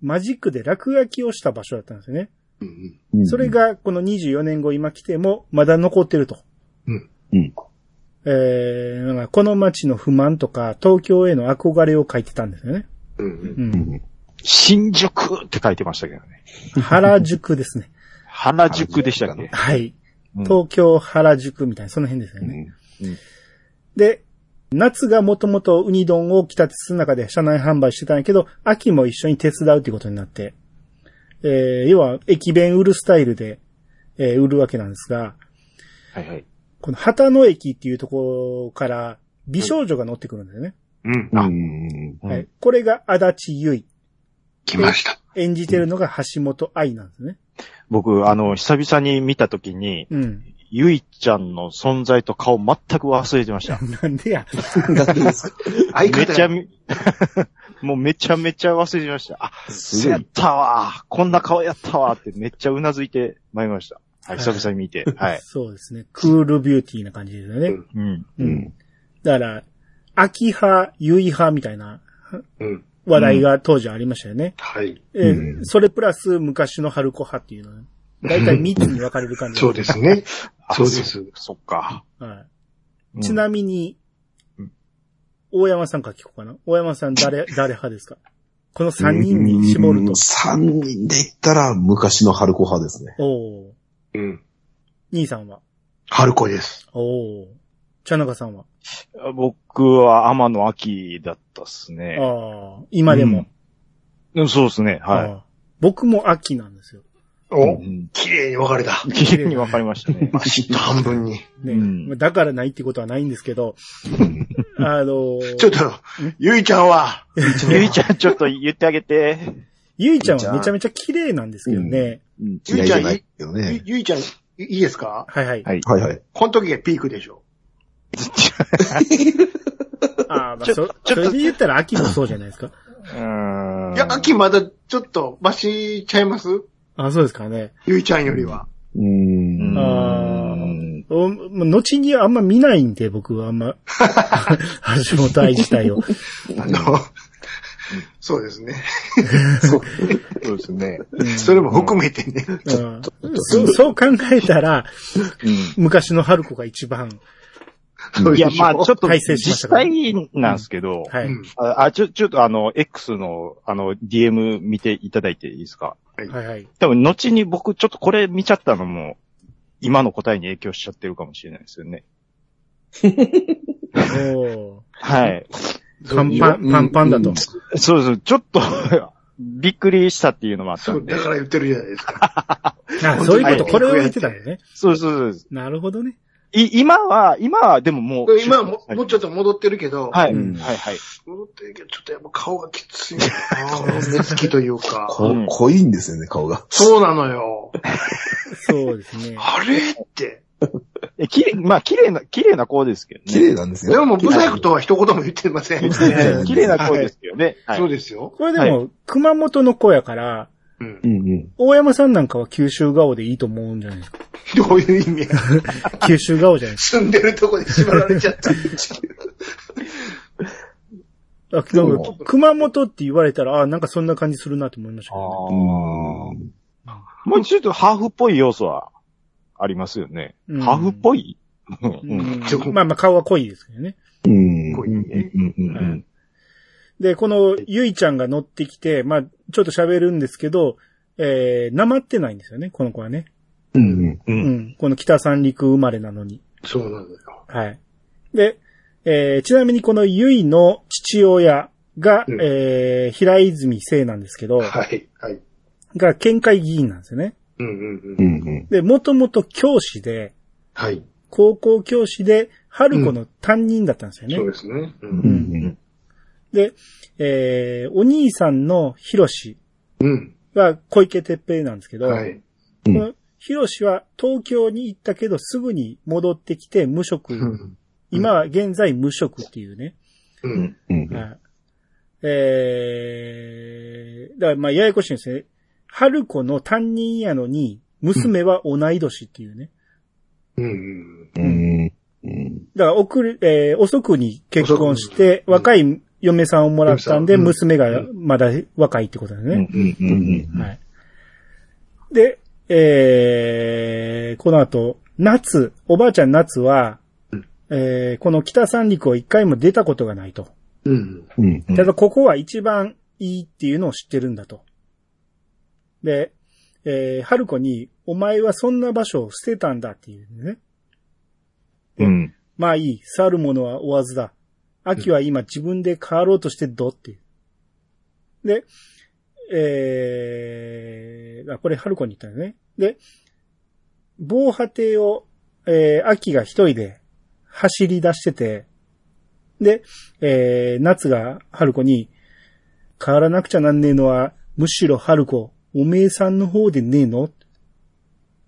マジックで落書きをした場所だったんですよね。
うん。
うん。
それ、がこの24年後今来てもまだ残ってると。
うん。
えー、なんかこの街の不満とか、東京への憧れを書いてたんですよね。
うん。
うん。
新宿って書いてましたけどね。
原宿ですね。
原宿でしたっけ
はい。
うん
東京原宿みたいな、その辺ですよね。で、夏がもともとウニ丼を北鉄の中で車内販売してたんやけど、秋も一緒に手伝うっていうことになって、えー、要は駅弁売るスタイルで、えー売るわけなんですが、
はいはい。
この旗野駅っていうところから美少女が乗ってくるんだよね。
うん。
う
あ、
ん。
うん
はい、これが足立結衣。
来ました。
演じてるのが橋本愛なんですね。
僕、あの、久々に見たときに、
うん。
ゆいちゃんの存在と顔全く忘れてました。
なんでや。
なんでですか
相
め
方
ちゃ
や。
め、 もうめちゃめちゃ忘れてました。あ、
す
そう
ご
やっ
い。
たわこんな顔やったわってめっちゃうなずいてまいりました。はい、久々 に見て。はい。
そうですね。クールビューティーな感じですよね。
うん
うん。
う。
うんん。
だから、秋派、結衣派みたいな
うん。
話題が当時ありましたよね。
はい。
えー
う
それプラス昔の春子派っていうのは、だいたい3つに分かれる感じ。
そうですすね。
あ
そうです。
そそっか。
は
う
い、
ん
ちなみに
うん、
大山さんから聞こうかな。大山さん 誰、誰派ですかこの3人に絞る
う
と
ん。三人で言ったら昔の春子派ですね。
おー
うん。
兄さんは
春子です。
おー茶中さんは
僕は天野秋だったっすね。
ああ、今でも。
うんそうですね。
あ
は
あ僕も秋なんですよ。
い。
お
う、ん
綺麗に分かれた。
綺麗にわかりまし たね。
バシッと半分に。
ね
うん
まあだからないってことはないんですけど、あのー
ちょっと、ゆいちゃんは、
ゆいちゃんちょっと言ってあげて。
ゆいちゃんはめちゃめちゃ綺麗なんですけどね。
うん
ゆいち
嫌いじ
ゃん
ゃないけど
ゆ
ね。
ゆいちゃん、いいいですか
はいはい。
はい。
はいはい。
この時がピークでしょ。
ああ、まあ、
ちょ
そ、
ち
そ
ょっと
れで言ったら秋もそうじゃないですか。
う
いや、秋まだちょっと、バシちゃいます
あそうですかね。
ゆいちゃんよりは。
うーん。
あ
うん
おまあ後にあんま見ないんで、僕はあんま、橋本愛自体を。
あの、 そうですね。
そうですね。
うん
それも含めてね。
うんそうそう考えたら、昔の春子が一番、
そう
い
でしょ
や、まあちょっと、
改正しました
実
から
際なんですけど、
はい。
うん
あ、あちょ、ちょっとあの、X の、あの、DM 見ていただいていいですか
はいはい。
多分、後に僕、ちょっとこれ見ちゃったのも、今の答えに影響しちゃってるかもしれないですよね。
おー
はい。
パンパン、パンパンだと。
そうそう、ちょっと、 びっくりしたっていうのもあった
そうん
で
だ。から言ってるじゃないですか。
あ、そういうこと、これを言ってたんだね。
そうそうそう。
なるほどね。
い、今は、今は、でももう。
今はももうちょっと戻ってるけど、
はい、
うん
はい、はい。
戻ってるけど、ちょっとやっぱ顔がきつい な。目つきというか。
こ
うん
濃いんですよね、顔が。
そうなのよ。
そうですね。
あれって。
え、綺麗、まあ、綺麗な、綺麗な子ですけど
綺
ね。
麗なんですよ。
でも、ブサイクとは一言も言ってません。
綺麗
綺麗な子ですよね。はい。
そうですよ。
これでも、熊本の子やから、
うん
う。んうん。
大山さんなんかは九州顔でいいと思うんじゃないです か。
どういう意味や。
九州顔じゃないです
住んでるとこで縛られちゃった。
か。あでも熊本って言われたら、あなんかそんな感じするなと思いましたけどね、
あー
あ
もうちょっとハーフっぽい要素はありますよね。
うん
ハーフっぽい う
うんんまあまあ顔は濃いですけどね。
ーうん。
こういうね
うんうんう
は
ん
いで、このゆいちゃんが乗ってきて、まあちょっと喋るんですけど、えー、なまってないんですよね、この子はね。
うんう。
うんん。この北三陸生まれなのに。
そうなんだよ。
はい。で、えーちなみにこのゆいの父親が、
うん
えー平泉聖なんですけど、
はい。はい。
が県会議員なんですよね。
うんうん
う
うん。
んうん。
で、もともと教師で、
はい。
高校教師で、春子の担任だったんですよね。
そうですね。う。
うんんうん
で、えーお兄さんのひろし
うん。
は小池鉄平なんですけど、
はい。
このひろしは東京に行ったけどすぐに戻ってきて無職、
うん。
今は現在無職っていうね。
うん。
うん
はいえー、だからまあややこしいんですね。春子の担任やのに、娘は同い年っていうね。
うん。
うんうん。
だから遅れ、えー遅くに結婚して、
遅く
若い嫁さんをもらったんで、
うん
娘がまだ若いってことだね。
うんうんうん
はい。で、えー、この後、夏、おばあちゃん夏は、えー、この北三陸を一回も出たことがないと。
うん。
うんうん
ただここは一番いいっていうのを知ってるんだと。で、えー、春子に、お前はそんな場所を捨てたんだっていうね。
うん。
まあいい、去る者は追わずだ。秋は今自分で変わろうとしてどっていう。で、えー、あ、これ春子に言ったんだね。で、防波堤を、えー、秋が一人で走り出してて、で、えー、夏が春子に、変わらなくちゃなんねえのは、むしろ春子、おめえさんの方でねえのっ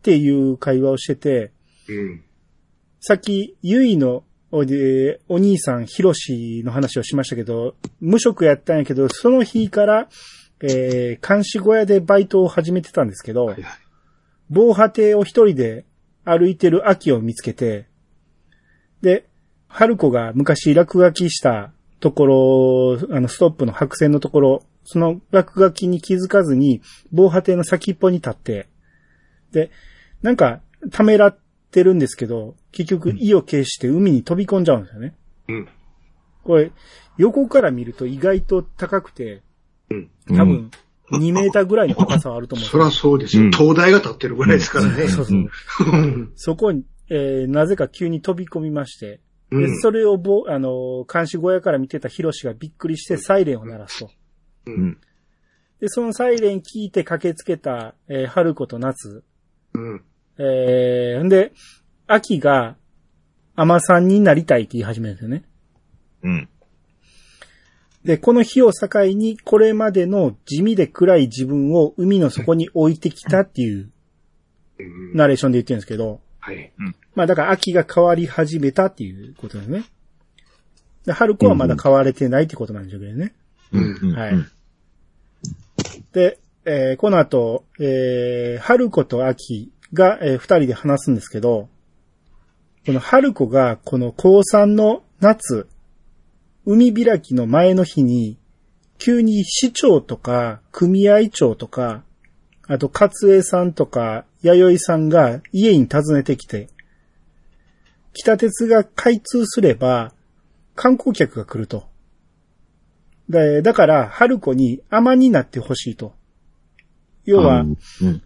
ていう会話をしてて、
うん。
さっき、ゆいのお,、えーお兄さん、ひろしの話をしましたけど、無職やったんやけど、その日から、えー、監視小屋でバイトを始めてたんですけど、
はい
防波堤を一人で歩いてる秋を見つけて、で、春子が昔落書きしたところ、あの、ストップの白線のところ、その落書きに気づかずに、防波堤の先っぽに立って、で、なんか、ためらってるんですけど、結局意を決して海に飛び込んじゃうんですよね。
うん。
これ、横から見ると意外と高くて、
うん
多分、2メーターぐらいの高さはあると思うんです
そ
よ
らそうですよ。東大が立ってるぐらいですからね。
そうそう。
うん。
そこに、えーなぜか急に飛び込みまして、
う
で
ん。
それをぼ、あのー監視小屋から見てたヒロシがびっくりしてサイレンを鳴らすと。
うん
で、そのサイレン聞いて駆けつけた、えー春子と夏。
うん。
えー、んで、秋が、甘さんになりたいって言い始めるんですよね。
うん。
で、この日を境に、これまでの地味で暗い自分を海の底に置いてきたっていう
うん
ナレーションで言ってるんですけど、
はい。
まあだから秋が変わり始めたっていうことですね。で春子はまだ変われてないってことなんでしょうけどね。
うん。
はい。で、えーこの後、えー、春子と秋が、えー二人で話すんですけど、この春子が、この高3の夏、海開きの前の日に、急に市長とか、組合長とか、あと、勝江さんとか、弥生さんが家に訪ねてきて、北鉄が開通すれば、観光客が来ると。で、だから、春子に甘になってほしいと。要は、
うん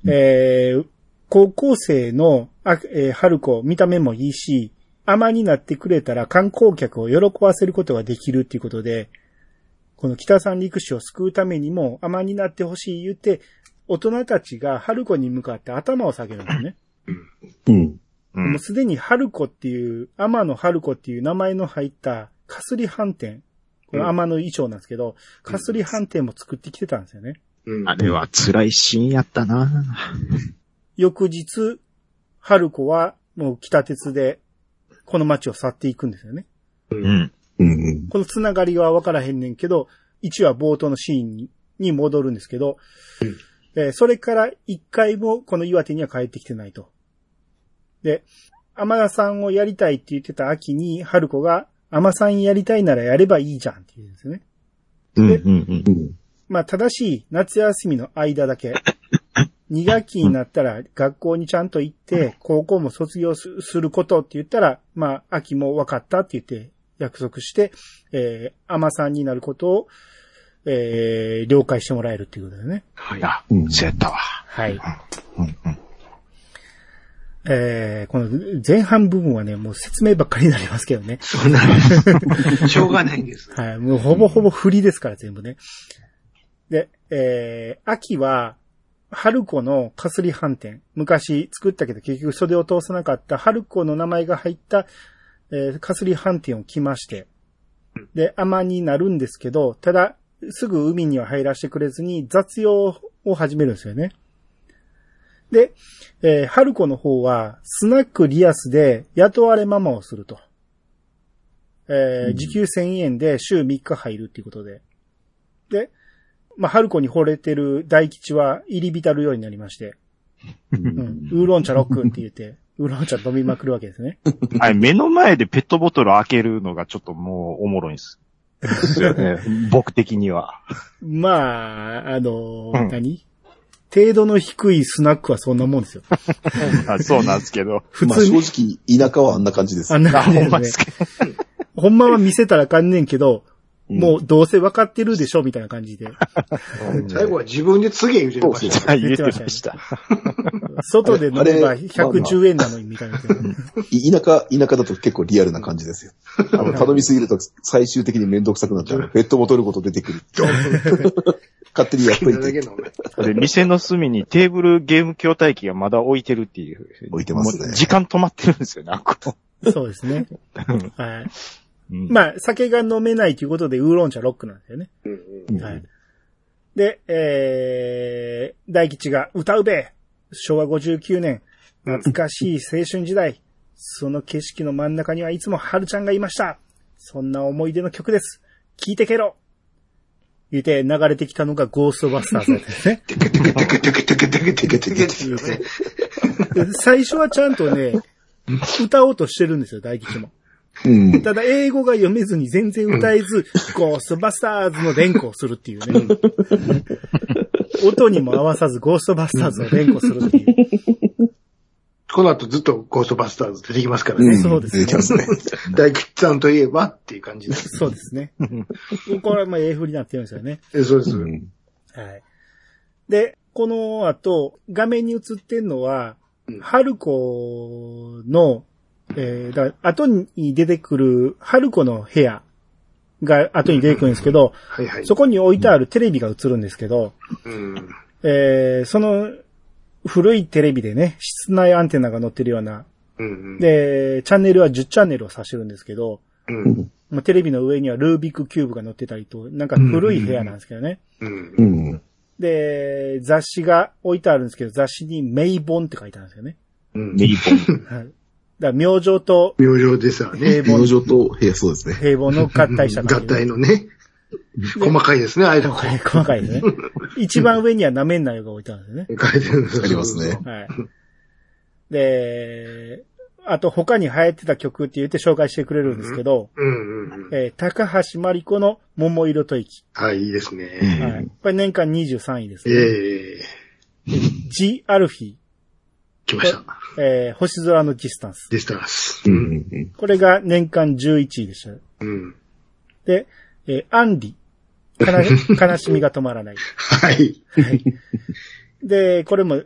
えー高校生の、あえー春子、見た目もいいし、甘になってくれたら観光客を喜ばせることができるっていうことで、この北三陸市を救うためにも甘になってほしい言って、大人たちが春子に向かって頭を下げるんですね。
うん。
うん
もうすでに春子っていう、天野春子っていう名前の入った、かすり飯店。これ天野衣装なんですけど、かすり飯店も作ってきてたんですよね。
うん。
あれは辛いシーンやったな
翌日、春子はもう北鉄で、この街を去っていくんですよね。
うん。
うんうん。
このつながりは分からへんねんけど、1話冒頭のシーンにに戻るんですけど、えーそれから1回もこの岩手には帰ってきてないと。で、天田さんをやりたいって言ってた秋に、春子が、天さんやりたいならやればいいじゃんって言うんですよね。
うん。うん。
うん。
まあ、ただし、夏休みの間だ け。2学期になったら学校にちゃんと行って、高校も卒業すすることって言ったら、まあ、秋も分かったって言って約束して、えー、甘さんになることを、えー、了解してもらえるっていうことだよね。
はい。
あ
う、ん
そうやったわ。
はい。
うん。うん。
えー、この前半部分はね、もう説明ばっかりになりますけどね。
そうなんです。しょうがないんです。
はい。もうほぼほぼ振りですから、全部ね。で、えー、秋は、春子のかすり飯店。昔作ったけど結局袖を通さなかった春子の名前が入った、えー、かすり飯店を来まして。で、甘になるんですけど、ただ、すぐ海には入らせてくれずに雑用を始めるんですよね。で、えー、春子の方は、スナックリアスで雇われママをすると。えー時給1000円で週3日入るっていうことで。で、まあ、春子に惚れてる大吉は入り浸るようになりまして、うん、ウーロン茶ロックンって言って、 ウーロン茶飲みまくるわけですね。
あれ、目の前でペットボトル開けるのがちょっともうおもろいんです。ですよね。 僕的には。
まあ、あのー
うん
何程度の低いスナックはそんなもんですよ。
あそうなんですけど。
普
まあ
通に、
正直、田舎はあんな感じです
あ。んな
あ、
感じ
ほんま
で
ですす
ね。
けど。
ほんまは見せたらあかんねんけど、
うん
もうどうせ分かってるでしょみたいな感じで。
最後は自分で次へ言うてみましたね。
あ言ってました。
外で飲めば
あれ
110円なのにみたいな。
い田舎、田舎だと結構リアルな感じですよ。あの、頼みすぎると最終的にめんどくさくなっちゃう。ペットボトルごと出てくる。勝手にやっとい
だけ
て
のね
で、店の隅にテーブルゲーム筐体機がまだ置いてるっていう。
置いてますね
もう時間止まってるんですよね、あっこ。
そうですね。はい。
うん
まあ、酒が飲めないということで、ウーロン茶ロックなんですよね。はい。で、えー、大吉が歌うべ昭和59年、懐かしい青春時代。その景色の真ん中にはいつも春ちゃんがいました。そんな思い出の曲です。聴いてけろ言うて流れてきたのがゴーストバスターズだったんですね。
テケテケテケテケテケテケテケテケっていうね。
で最初はちゃんとね、歌おうとしてるんですよ、大吉も。
うん。
ただ、英語が読めずに全然歌えず、ゴーストバスターズの連呼をするっていうね。音にも合わさずゴーストバスターズの連呼するっていう。
この後ずっとゴーストバスターズ出てきますから
う
ね。
ん
そうですね
出てきますね。
大吉さんといえばっていう感じです。
そうですね。これはまあ、英風になってるんですよね。
えそうです。
う
は
ん
い。で、この後、画面に映ってんのは、春子の、えー、だから後に出てくる、春子の部屋が後に出てくるんですけど、
はいはい。
そこに置いてあるテレビが映るんですけど、
うん。
えーその、古いテレビでね、室内アンテナが載ってるような、
うん。
で、チャンネルは10チャンネルを指してるんですけど、
うん。
まあ、テレビの上にはルービックキューブが載ってたりと、なんか古い部屋なんですけどね。
うん
う。ん。
で、雑誌が置いてあるんですけど、雑誌に名本って書いてあるんですよね。
うん。
ネイポン。
はい。だから明星と
明星ですわね。
平凡
養、生と部屋そうですね。
平凡の合体した
合
感じで
体のね。細かいですね、間が。
はい細かいですね。一番上には舐めんなよが置いてあるんですよね。
書いてるんですよ
ありますね。
はい。で、あと他に流行ってた曲って言って紹介してくれるんですけど、
うんうんうん。
えー高橋真理子の桃色と息。
はい、いいですね。
はい。これ年間23位です、
え
ね。
え
ジ・アルフィ、
来ました。
えー星空のディスタンス。
ディスタンス。
うんうんうん。
これが年間11位でした。
うん。
で、えーアンリ、かな 悲しみが止まらない。
はい。
で、これも、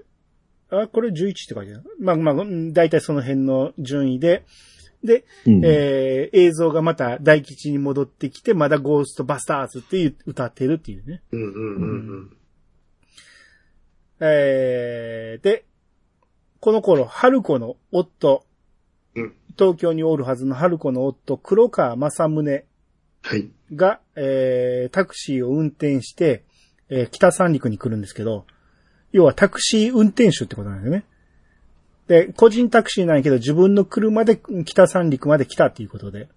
あ、これ11って書いてある。まあまあ、うん大体その辺の順位で、で、
うん
えー映像がまた大吉に戻ってきて、まだゴーストバスターズっていう歌ってるっていうね。
うんうんうん
えーで、この頃、春子の夫、
うん
東京におるはずの春子の夫、黒川正宗
はい。
が、えータクシーを運転して、えー北三陸に来るんですけど、要はタクシー運転手ってことなんですよね。で、個人タクシーなんやけど、自分の車で北三陸まで来たっていうことで。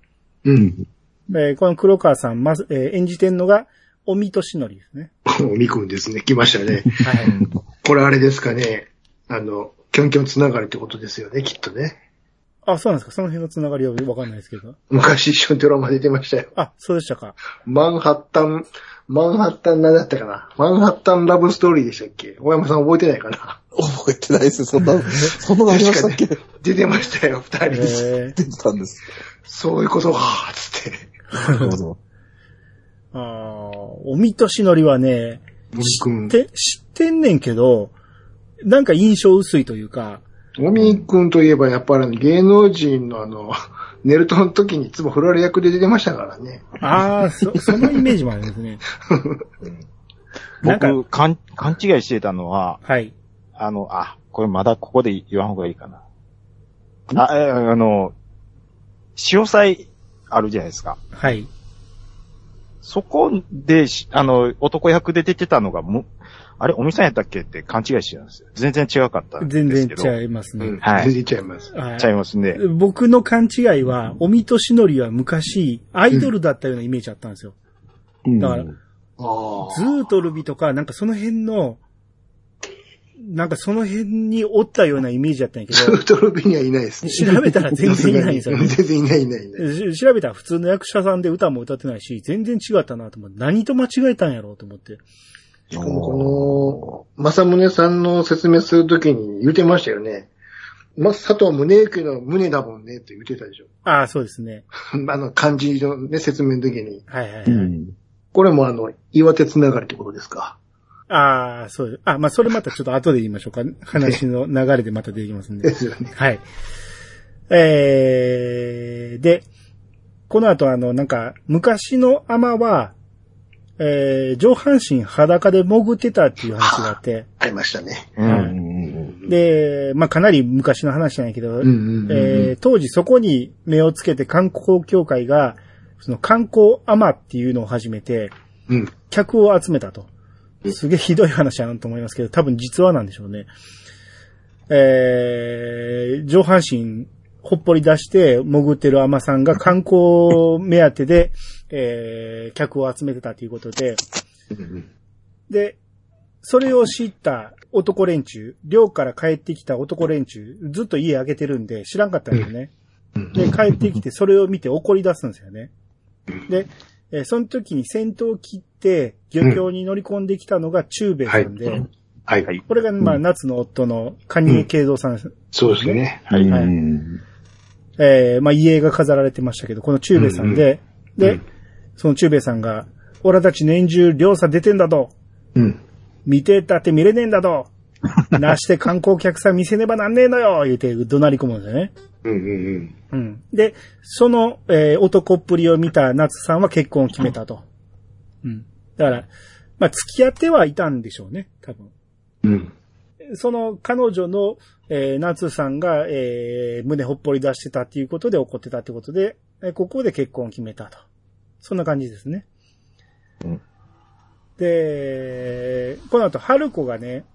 うん。
えーこの黒川さん、まず、えー演じてんのが、おみとしのりですね。
おみくんですね。来ましたね。
はい。
これあれですかね。あの、キョンキョンつながりってことですよね、きっとね。
あ、そうなんですかその辺のつながりはわかんないですけど。
昔一緒にドラマ出てましたよ。
あ、そうでしたか。
マンハッタン、マンハッタン何だったかなマンハッタンラブストーリーでしたっけ大山さん覚えてないかな
覚えてないですよ。そんな、そんなのありましたっけ
確かね出てましたよ、二人
え
で。
ー、
出てたんです。
そういうことは、つって。
なるほど。
あーおみとしのりはね、
おみく
て、知ってんねんけど、なんか印象薄いというか、
ん。おみくんといえばやっぱりあの芸能人のあの、ネルトの時にいつもフラれ役で出てましたからね。
あ あ、そ、そのイメージもありますね。なんか
僕、勘、勘違いしてたのは、
はい。
あの、あ、これまだここで言わん方がいいかな。あ、えーあの、潮祭あるじゃないですか。
はい。
そこでし、あの、男役で出てたのが、む、あれ、おみさんやったっけって勘違いしてたんですよ。全然違かったんですけ
全
ど。
然違います
う
ね
ん。。
はい
出てちゃいます。
は
ちゃいますね。
僕の勘違いは、おみとしのりは昔、アイドルだったようなイメージあったんですよ。だから、
ああ。
ずーっとルビとか、なんかその辺の、なんかその辺におったようなイメージだったんやけ
ず
ど、
っとルビーにはいないですね。
調べたら全然いないんですよね
全然いないいないいない。
し調べたら普通の役者さんで歌も歌ってないし、全然違ったなと思って、何と間違えたんやろうと思って。
しかもこの、正宗さんの説明するときに言ってましたよね。ま、佐藤宗行の胸だもんねって言ってたでしょ。
ああ、そうですね。
あの、漢字のね、説明の時に。
はいは
う
いはい。
ん。
これもあの、岩手つながりってことですか。
ああ、そうです。あ、まあそれまたちょっと後で言いましょうか。話の流れでまた出てきますんで
で。すよね。
はい。えー、で、この後あの、なんか、昔のアマは、えー、上半身裸で潜ってたっていう話があって、
ありましたね。
う
は
ん。
うん。
で、まあ、かなり昔の話なんやけど、
うんうんうんうん。
えー当時そこに目をつけて観光協会が、その観光アマっていうのを始めて、
うん。
客を集めたと。すげえひどい話だなと思いますけど、多分実話なんでしょうね。えー、上半身、ほっぽり出して潜ってるアマさんが観光目当てで、 えー、客を集めてたということで、で、それを知った男連中、寮から帰ってきた男連中、ずっと家開けてるんで知らんかったんですよね。で、帰ってきてそれを見て怒り出すんですよね。で、えーその時に戦闘を切って漁協に乗り込んできたのが中兵衛さんで、
はいはい。
はい
これが、まあ、夏の夫の蟹江慶三さん、
そうですね。
はいえーまあ、家が飾られてましたけど、この中兵衛さんで、で、その中兵衛さんが、俺たち年中漁差出てんだと、
うん。
見てたって見れねえんだ と、なして観光客さん見せねばなんねえのよ言うて怒鳴り込むんですよね。
うんうんうん。
うん。で、その、えー男っぷりを見た夏さんは結婚を決めたと。うん。だから、まあ、付き合ってはいたんでしょうね、多分。
うん。
その彼女の、えー、夏さんが、えー胸ほっぽり出してたっていうことで怒ってたってことで、えーここで結婚を決めたと。そんな感じですね。
うん
で、この後、春子がね、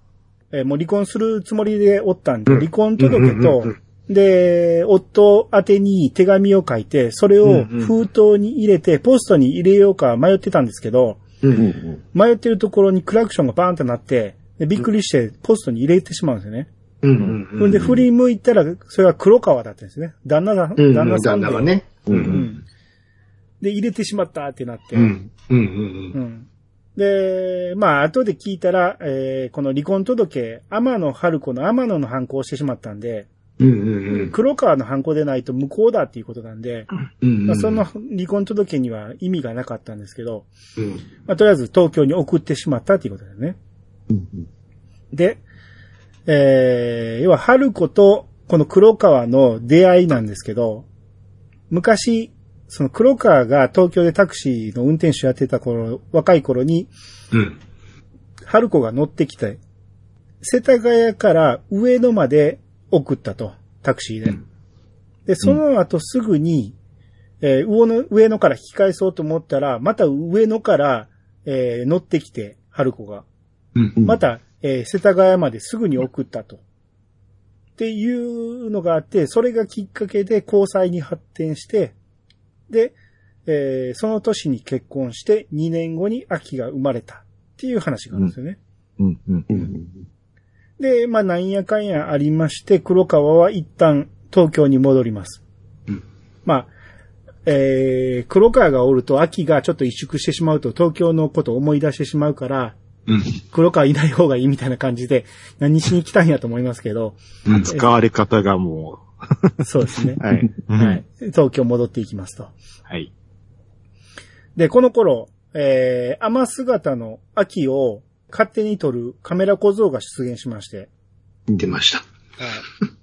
えーもう離婚するつもりでおったんで、
うん
離婚届と
うんうんうん、
で、夫宛てに手紙を書いて、それを封筒に入れて、ポストに入れようか迷ってたんですけど、
うん
迷ってるところにクラクションがバーンってなって、でびっくりして、ポストに入れてしまうんですよね。
うんうんうん。
ほんで、振り向いたら、それは黒川だったんですね。旦那さん、
うん、
旦那さん
旦
で。
那がね。う
うんん。で、入れてしまったってなって。
うん。うんうん
う。んで、まあ、後で聞いたら、えーこの離婚届、天野春子の天野の犯行をしてしまったんで、
うんうん
黒川の犯行でないと無効だっていうことなんで、
うん。
まあ、その、離婚届には意味がなかったんですけど、
うん。
まあ、とりあえず東京に送ってしまったっていうことだよね。で、えー、要は、春子と、この黒川の出会いなんですけど、昔、その黒川が東京でタクシーの運転手やってた頃、若い頃に、
うん。
春子が乗ってきて、世田谷から上野まで送ったと、タクシーで。で、その後すぐに、えー上野、上野から引き返そうと思ったら、また上野から、えー乗ってきて、春子が。
うん。
また、えー世田谷まですぐに送ったと。っていうのがあって、それがきっかけで交際に発展して、で、えーその年に結婚して2年後に秋が生まれたっていう話があるんですよね。
うん、うん。
で、まあなんやかんやありまして、黒川は一旦東京に戻ります。まあ、えー、黒川がおると秋がちょっと萎縮してしまうと東京のことを思い出してしまうから、
うん。
黒川いない方がいいみたいな感じで、何しに来たんやと思いますけ ど、
うん。
使われ方がも
そうですね
う、。はい。
はい。東京戻っていきますと。
はい。
で、この頃、えー、雨姿の秋を勝手に撮るカメラ小僧が出現しまして、
出ました。
はい。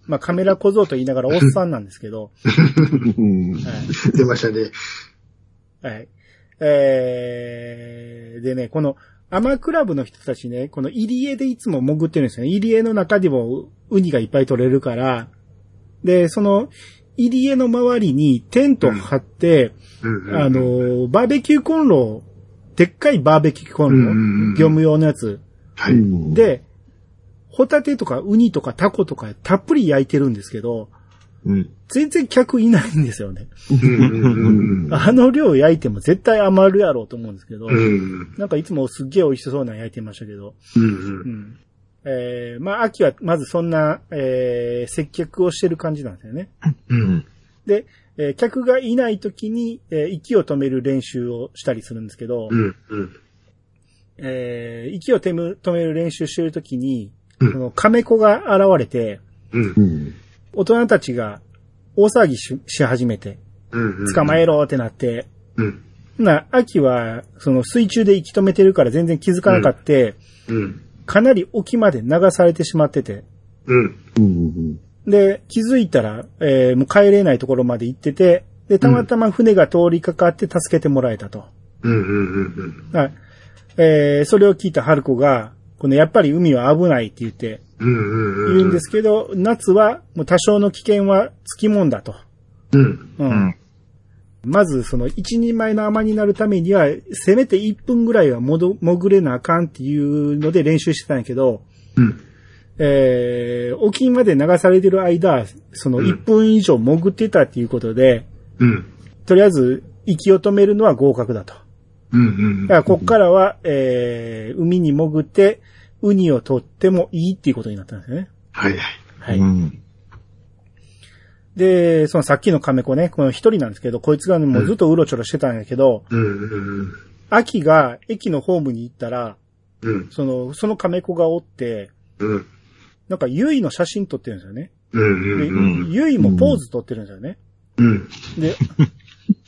まあカメラ小僧と言いながらおっさんなんですけど、はい。
出ましたね。
はい。えー、でね、この、アマクラブの人たちね、この入り江でいつも潜ってるんですよね。入り江の中でもウニがいっぱい取れるから、で、その、入り江の周りにテントを張って、
うんうん。
あのー、バーベキューコンロをでっかいバーベキューコンロ、
うんうんうん
業務用のやつ。
はい。
で、ホタテとかウニとかタコとかたっぷり焼いてるんですけど、
うん。
全然客いないんですよね。
うんうんうん
あの量焼いても絶対余るやろうと思うんですけど、
うん。うん
なんかいつもすっげえ美味しそうなの焼いてましたけど。
うん
う。ん。えー、まあ、秋はまずそんな、えー、接客をしてる感じなんですよね。
うん。
で、えー客がいない時に、えー息を止める練習をしたりするんですけど、
うん。うん。
えー息を止める止める練習してる時に、
うん
その亀子が現れて、
うん。
大人たちが大騒ぎしし始めて、
うん。
捕まえろってなって、
うん。
な、秋は、その水中で息止めてるから全然気づかなかった、
うん。
かなり沖まで流されてしまってて、
うん。
で、気づいたら、えーもう帰れないところまで行ってて、で、たまたま船が通りかかって助けてもらえたと。
うん。うん。
はい。えーそれを聞いた春子が、このやっぱり海は危ないって言って、
うん。
言うんですけど、夏はもう多少の危険はつきもんだと。
うん。
うん。
うん
まず、その、一人前の甘になるためには、せめて1分ぐらいは戻潜れなあかんっていうので練習してたんやけど、
うん。
えー、沖まで流されてる間、その
うん
1分以上潜ってたっていうことで、
うん。
とりあえず、息を止めるのは合格だと。
うん。
だから、こっからは、えー、海に潜って、ウニを取ってもいいっていうことになったんですよね。
はいはい。
はい。
うん。
で、そのさっきの亀子ね、この一人なんですけど、こいつがねもうずっとうろちょろしてたんやけど、
うん。うん。
秋が駅のホームに行ったら、
うん。
その、その亀子がおって、
うん。
なんか、ゆいの写真撮ってるんですよね。
うん。
で
うん。
ゆいもポーズ撮ってるんですよね。
うん。
で、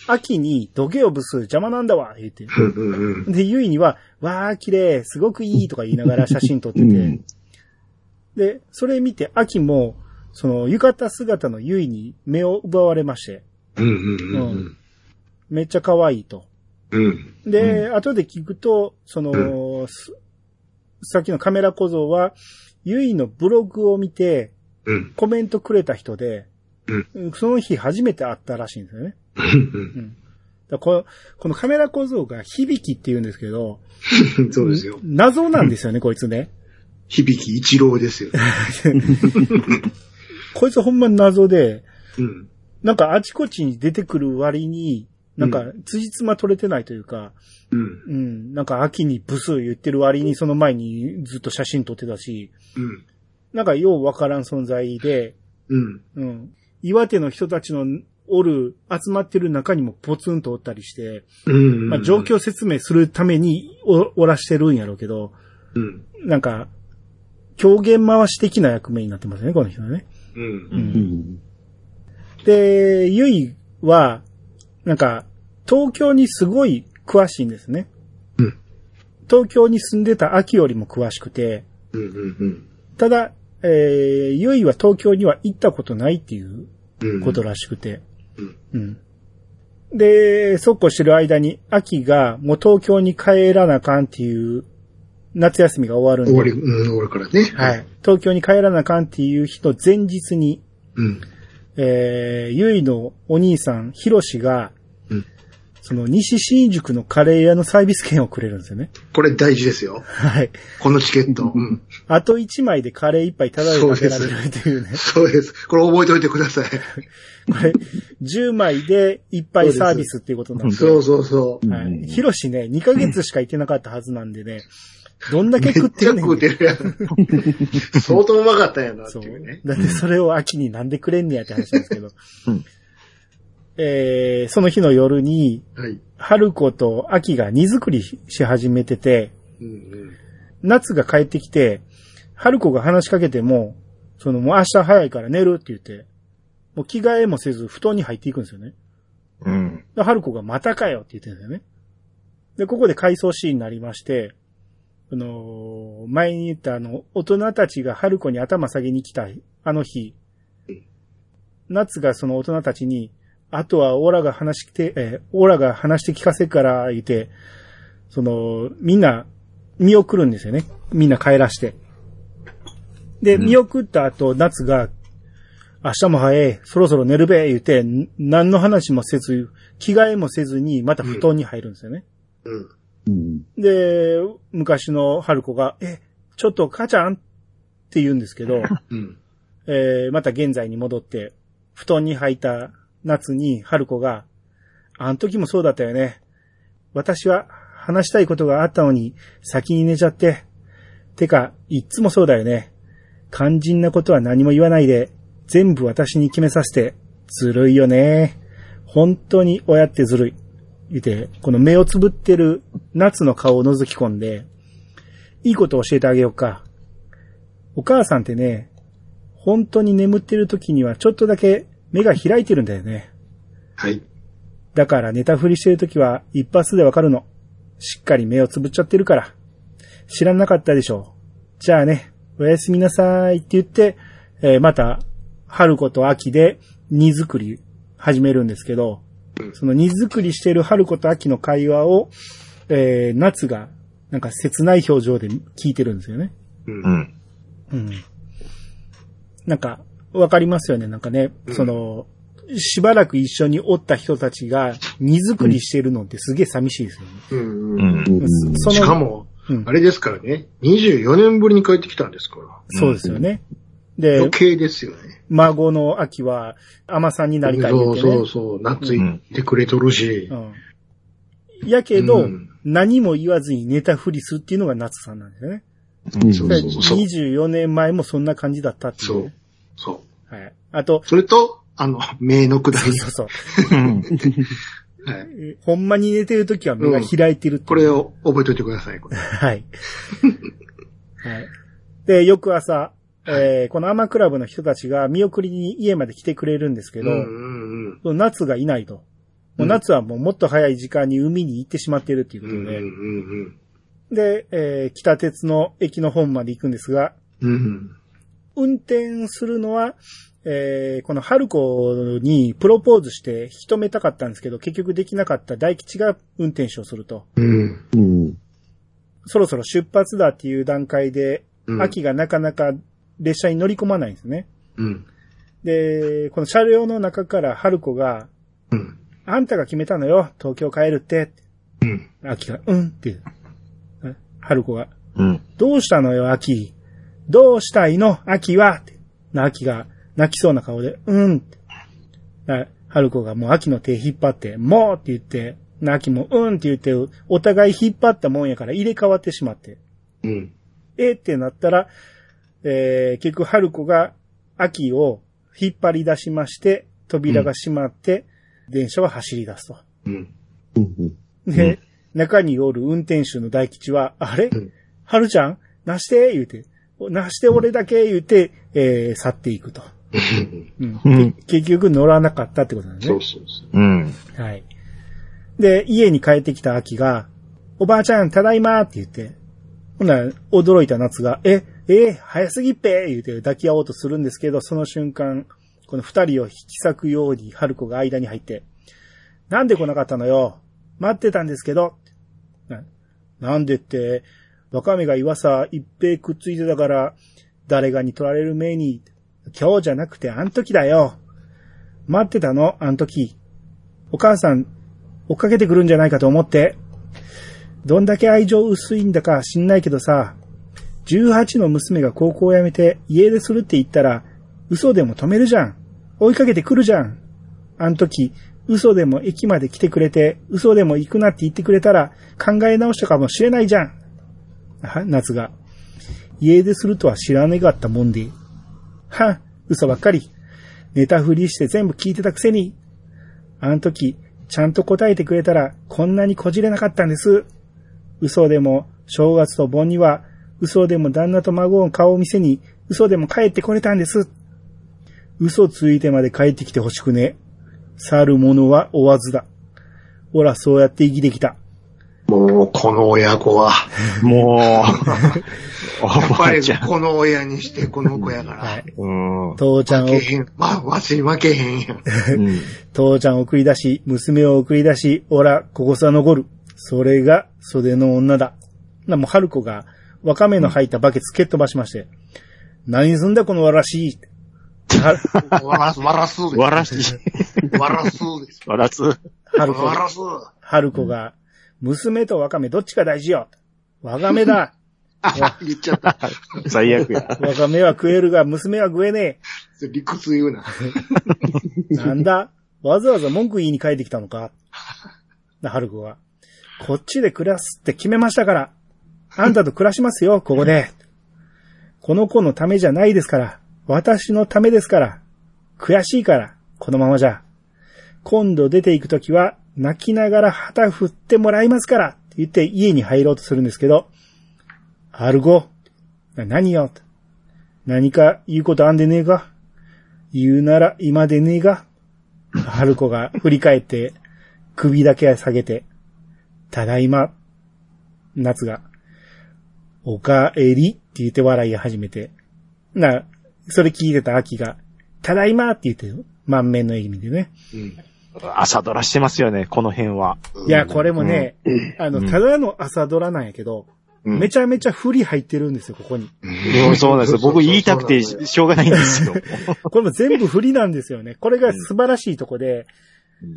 秋に土下をぶす邪魔なんだわ言って。
うん。うん。
で、ゆいには、わー、綺麗、すごくいいとか言いながら写真撮ってて。で、それ見て、秋も、その、浴衣姿のゆいに目を奪われまして、
うん。
めっちゃ可愛いと。
うん。
で、後で聞くと、その、すさっきのカメラ小僧は、ゆいのブログを見て、
うん。
コメントくれた人で、
うん
その日初めて会ったらしいんですよね。うん、だからこのこのカメラ小僧が響きって言うんですけど、
うん。そうですよ。
謎なんですよね、こいつね。
響き一郎ですよ。
こいつほんま謎で、
うん。
なんかあちこちに出てくる割に、なんか、辻褄取れてないというか、
うん。
うん、なんか秋にブスー言ってる割に、その前にずっと写真撮ってたし、
うん。
なんかようわからん存在で、
うん。
うん。岩手の人たちのおる、集まってる中にもポツンとおったりして、
うん。
まあ状。況説明するためにおおらしてるんやろうけど、
うん。
なんか、狂言回し的な役目になってますね、この人はね。
うん。
ん。で、ゆいは、なんか、東京にすごい詳しいんですね。
うん
東京に住んでた秋よりも詳しくて、
うん。うん。
ただ、えー、ゆいは東京には行ったことないっていう
うん。
ことらしくて。
うん
うん。で、そうこうしてる間に、秋がもう東京に帰らなあかんっていう、夏休みが終わるんで。
終わり、うん、終わるからね。
はい。。東京に帰らなあかんっていう日の前日に、
うん。
えー、ゆいのお兄さん、ひろしが、
うん
その西新宿のカレー屋のサービス券をくれるんですよね。
これ大事ですよ。
はい。
このチケット。うん。
あと1枚でカレー1杯タダで食べられるというね。
そうです。これ覚えておいてください。
これ、10枚で1杯サービスっていうことなんです
そうそうそう。
は
うん
い。ヒロシね、2ヶ月しか行ってなかったはずなんでね、どんだけ
めっ
食って
ちゃ
るねん
食うてるやん。相当うまかったんやなって
そう
いうね。。
だってそれを秋になんでくれんねやって話なんですけど。
うん
えー、その日の夜に、
はい。
春子と秋が荷造りし始めてて、
うんうん。
夏が帰ってきて、春子が話しかけても、そのもう明日早いから寝るって言って、もう着替えもせず布団に入っていくんですよね。
うん。
で、春子がまたかよって言ってるんだよね。で、ここで回想シーンになりまして、あのー前に言ったあの、大人たちが春子に頭下げに来たあの日、夏がその大人たちに、あとはオラが話して、えーオラが話して聞かせっから言って、その、みんな見送るんですよね。みんな帰らして。で、見送った後、夏が明日も早い、そろそろ寝るべ、言って、ん何の話もせず、着替えもせずに、また布団に入るんですよね。
うん。
うん。
で、昔の春子が、え、ちょっと母ちゃんって言うんですけど、
うん。
えーまた現在に戻って、布団に入った夏に春子が、あの時もそうだったよね。私は話したいことがあったのに先に寝ちゃって。てか、いっつもそうだよね。肝心なことは何も言わないで、全部私に決めさせて、ずるいよね。本当に親ってずるい。言って、この目をつぶってる夏の顔を覗き込んで、いいことを教えてあげようか。お母さんってね、本当に眠ってる時にはちょっとだけ目が開いてるんだよね。
はい。
だから寝たふりしてる時は一発でわかるの。しっかり目をつぶっちゃってるから。知らなかったでしょう。じゃあね、おやすみなさいって言って、えーまた、春子と秋で荷造り始めるんですけど、その荷造りしてる春子と秋の会話を、えー夏が、なんか切ない表情で聞いてるんですよね。
うん。
うん。なんか、わかりますよね。なんかね、その、しばらく一緒におった人たちが荷造りしてるのってすげえ寂しいですよね。
うん
う
うん。
ん。
そ
し
の
かも、
うん
あれですからね、24年ぶりに帰ってきたんですから。
そうですよね。で
余、計ですよね。
孫の秋は、甘さんになりたいって言
そ
っ
う
てね。
そうそう、懐いてくれとるし。
うん。やけど、
うん
何も言わずに寝たふりするっていうのが夏さんなんですよね。
そうそうそう。
24年前もそんな感じだったっていう。
そう。そう。
はい。あと、
それと、あの、 名のくだり。
そうそう。
はい
ほんまに寝てる時は目が開いてるっていう
これを覚えておいてください、これ。
はい。はい。で、翌朝、えーこのアマクラブの人たちが見送りに家まで来てくれるんですけ
うん
ど、
うんうん。
その夏がいないと。もう夏はもうもっと早い時間に海に行ってしまってるっていう
う
こ
んうん
とで、
うん
で、えー北鉄の駅の本まで行くんですが、
うん。うん。
運転するのは、えーこの春子にプロポーズして引き止めたかったんですけど、結局できなかった大吉が運転手をすると。
うん。
うん。
そろそろ出発だっていう段階で、
うん
秋がなかなか列車に乗り込まないんですね。
うん。
で、この車両の中から春子が、
うん。
あんたが決めたのよ、東京帰るって。
うん。
秋が、うんって。春子が、
うん。
どうしたのよ、秋。どうしたいの、秋は。ってな、秋が泣きそうな顔で、うんって。な春子がもう秋の手引っ張って、もうって言って、な、秋もうんって言って、お互い引っ張ったもんやから入れ替わってしまって。
うん。
えーってなったら、えー、結局春子が秋を引っ張り出しまして、扉が閉まって、電車は走り出すと。
うん。
うん。
で、中におる運転手の大吉は、あれ、
うん
春ちゃんなして言うて、なして俺だけ言うて、えー去っていくと。うん
うん。
結局乗らなかったってことなんです
そ
ね
う。そうそう。
うん。
はい。で、家に帰ってきた秋が、おばあちゃん、ただいまって言って、ほんなら驚いた夏が、え、えー早すぎっぺ言うて抱き合おうとするんですけど、その瞬間、この二人を引き裂くように春子が間に入って、なんで来なかったのよ待ってたんですけど、ななんでって、若めが岩佐一平くっついてたから、誰がに取られる目に、今日じゃなくてあん時だよ待ってたのあん時。お母さん、追っかけてくるんじゃないかと思って。どんだけ愛情薄いんだか知んないけどさ、18の娘が高校を辞めて家出するって言ったら、嘘でも止めるじゃん。追いかけてくるじゃん。あの時、嘘でも駅まで来てくれて、嘘でも行くなって言ってくれたら、考え直したかもしれないじゃん。は、夏が。家出するとは知らねがったもんで。は、嘘ばっかり。ネタふりして全部聞いてたくせに。あの時、ちゃんと答えてくれたら、こんなにこじれなかったんです。嘘でも、正月と盆には、嘘でも旦那と孫の顔を見せに、嘘でも帰ってこれたんです。嘘ついてまで帰ってきてほしくね。去る者は追わずだ。ほら、そうやって生きてきた。
もう、この親子は。
もう、
や
お
っぱ
ばあ
り
ちゃん。
この親にして、この子やから。
はい。
うん。うん
父ちゃん
負
を
けへん。まあ、わし負けへんやん。
父ちゃんを送り出し、娘を送り出し、おら、ここさ残る。それが、袖の女だ。な、もう、春子が、わかめの入ったバケツ蹴っ飛ばしまして、何すんだ、このわらしい。は
わらす、わらすです。
わらし、
わらすです。
わらつ。
春子
わ
が、
らす。
春子が、娘とわかめどっちが大事よ。わかめだ。
あ、言っちゃった。
最悪や。
わかめは食えるが、娘は食えね
理屈言うな。
え。 なんだわざわざ文句言いに帰ってきたのか。な、春子が、こっちで暮らすって決めましたから。あんたと暮らしますよ、ここで。この子のためじゃないですから。私のためですから。悔しいから、このままじゃ。今度出て行くときは、泣きながら旗振ってもらいますからって言って家に入ろうとするんですけど、アルゴ、な何よと何か言うことあんでねえか言うなら今でねえがハルコが振り返って、首だけ下げて、ただいま、夏が、おかえりって言って笑い始めて、な、それ聞いてた秋が、ただいまって言ってる。満面の笑みでね。
朝ドラしてますよね、この辺は。
いや、これもね、あ
う
の、
ん
ただの朝ドラなんやけど、
うん
めちゃめちゃ振り入ってるんですよ、ここに。
うんそうなんですよ。僕言いたくて
そうそう
ししょうがないんですよ。
これも全部振りなんですよ ね。これが素晴らしいとこで、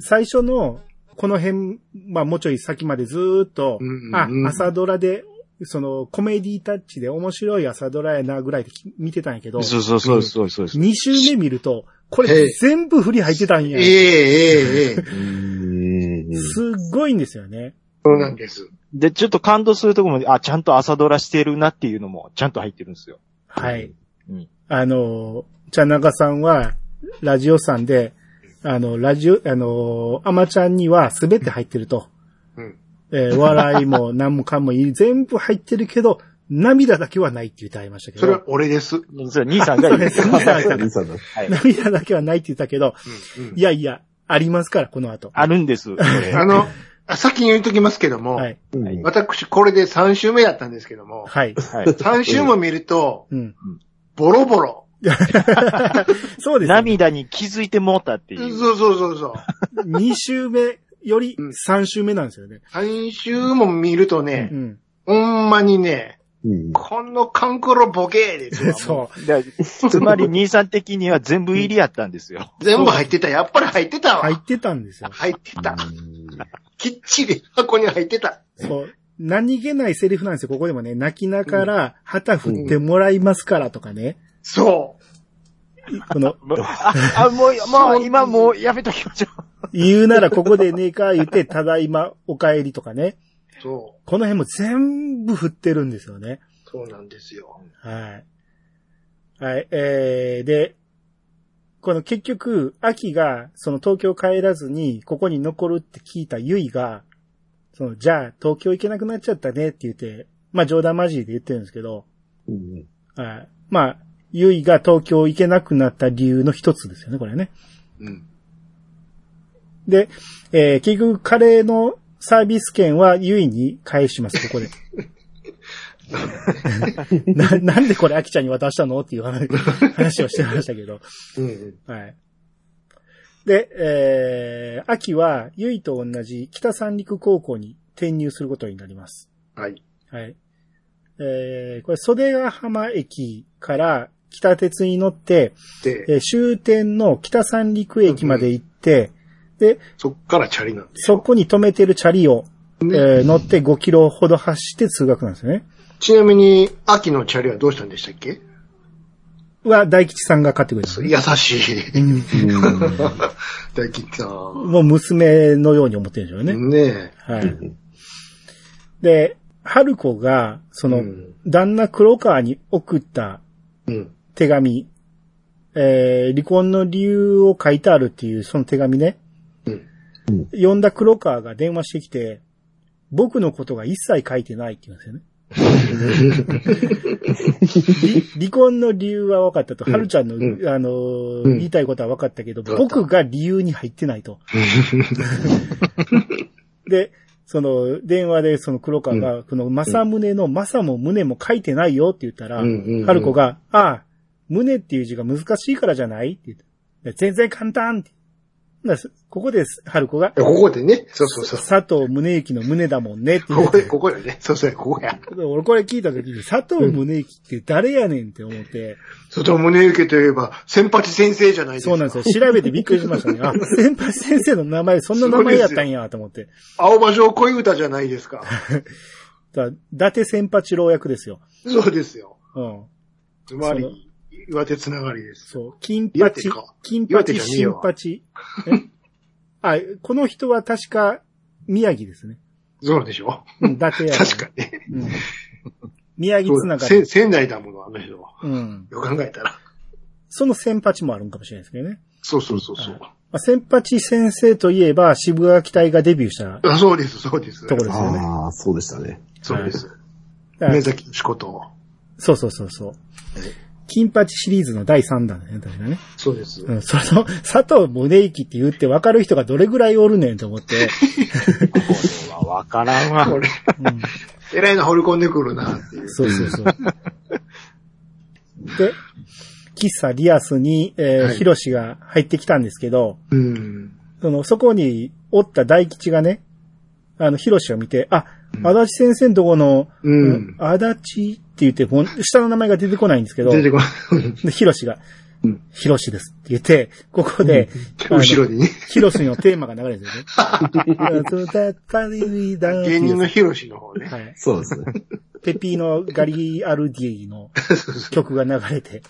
最初の、この辺、まあもうちょい先までずーっと
うんうん、うん
あ、朝ドラで、その、コメディタッチで面白い朝ドラやなぐらいでき見てたんやけど、
そうそうそうそうそうそう。
2週目見ると、こ
へ
れ
え
全部振り入ってたんや
え。えええええ
すっごいんですよね。
そうなんです。
で、ちょっと感動するとこも、あ、ちゃんと朝ドラしてるなっていうのも、ちゃんと入ってるんですよ。
はい。
うん
あの、ちゃなかさんは、ラジオさんで、あの、ラジオ、あの、アマちゃんには全て入ってると。
うん
えー笑いも何もかもいい、全部入ってるけど、涙だけはないって言ってありましたけ
それは
ど。
俺です。うん
それ兄さんが言って
そうです兄さん
兄さんだ。
涙だけはないって言ったけど、
うん
いやいや、ありますから、この後。
あるんです。これ
あの、先に言っときますけども、
はい。
うん
私これで3週目やったんですけども、
はい。
はい
3週も見ると、
うん。
ボロボロ。
そうです、ね。
涙に気づいてもうたって
そ
いうう。
そうそうそう。
2週目より
うん
3週目なんですよね。
3週も見るとね
う、ん。
ほんまにね、
うん
このカンコロボケーですよ。
そう。
だつまり兄さん的には全部入りやったんですよ。
全部入ってた。やっぱり入ってたわ。
入ってたんですよ。
入ってた。きっちり箱に入ってた。
そう。何気ないセリフなんですよ、ここでもね。泣きながら、旗振ってもらいますからとかね。
そう。
この、
あ、 あもう、もう、今もうやめときましょう。
言うならここでねえか言って、ただいま、お帰りとかね。
そ
この辺も全部振ってるんですよね。
う。そうなんですよ。
はい。はい、えー、で、この結局、秋が、その東京帰らずに、ここに残るって聞いたゆいが、その、じゃあ、東京行けなくなっちゃったねって言って、まあ冗談交じりで言ってるんですけど、
うん
はい。まあ、ゆいが東京行けなくなった理由の一つですよね、これね。
うん。
で、えー、結局、カレーのサービス券はゆいに返します、ここで。 な、なんでこれ、アキちゃんに渡したのっていう話話をしてましたけど。
うん。
はい。で、えー、秋は、ゆいと同じ北三陸高校に転入することになります。
はい。
はい。えー、これ、袖ヶ浜駅から北鉄に乗って、
で、
えー終点の北三陸駅まで行って、で、
そっからチャリなんです
そこに止めてるチャリを、えー乗って5キロほど走って通学なんですよね。
ちなみに、秋のチャリはどうしたんでしたっけ
は、大吉さんが買ってくれた。
優しい。
うん
大吉さん。
もう娘のように思ってるんでしょうね。
ねえ。
はい。で、春子が、その、
うん
旦那黒川に送った
うん。
手紙、えー、離婚の理由を書いてあるっていう、その手紙ね。
うん
読んだ黒川が電話してきて、僕のことが一切書いてないって言う んですよね。離離婚の理由は分かったと。
ん
春ちゃんの、
う
あのー
うん
言いたいことは分かったけど、
分かった
僕が理由に入ってないと。で、その、電話でその黒川が、この正宗の正も胸も書いてないよって言ったら、
うんうんうん
春子が、ああ、胸っていう字が難しいからじゃないって言ってで全然簡単って。だからここです、春子が、
ここでね。そうそうそう。
佐藤宗行の胸だもんねって言
こ
っ
こで、
て。
ここよね。そうそう、ここや。
俺これ聞いた時に、佐藤宗行って誰やねんって思って、
外胸受けといえば、先発先生じゃないですか。
そうなんですよ。調べてびっくりしましたね。あ、先輩先生の名前、そんな名前やったんやと思って。
青葉城恋歌じゃな いですか。
だ伊達先八郎役ですよ。
そうですよ。
うん。
つま
その
り、岩手つながりです。
そう。金
岩
八
手か、
金
岩手
八、
じゃねえ
新
わ
八。え あ、この人は確か、宮城ですね。
そうでしょ
うん、伊達や、
確かにね。
に。うん。宮城つなが
せ
り。
仙台だもの、あの人は。
うん。
よく考えたら。
その先八もあるんかもしれないですけどね。
そうそうそうそう。
まあ、先八先生といえば、渋川期待がデビューした
あそうです、そうです。
ところですよね。
ああ、そうでしたね。
そうです。
だから
目崎の仕事を。
そうそうそうそう。金八シリーズの第3弾だね、確かね。
そうです。
うん、その、佐藤宗行って言って分かる人がどれぐらいおるねんと思って。
はわからんわ。
これ、
うん
えらいの掘り込んでくるな、っていう。
そう そうそう。で、喫茶リアスに、えー
はい
ヒロシが入ってきたんですけど、
うん。
その、そこにおった大吉がね、あの、ヒロシを見て、あ、足立先生のとこの、
うん。
足立って言って、ほん下の名前が出てこないんですけど、
出て
で、
こない。
ヒロシが、ヒロシですって言って、ここで、あの
後ろにね。
ヒロシのテーマが流れてるんですよね。そうだったりだーって
芸
いう
人のヒロシの方ね。
はい。
そうですね。
ペピーのガリアルディ の曲が流れて、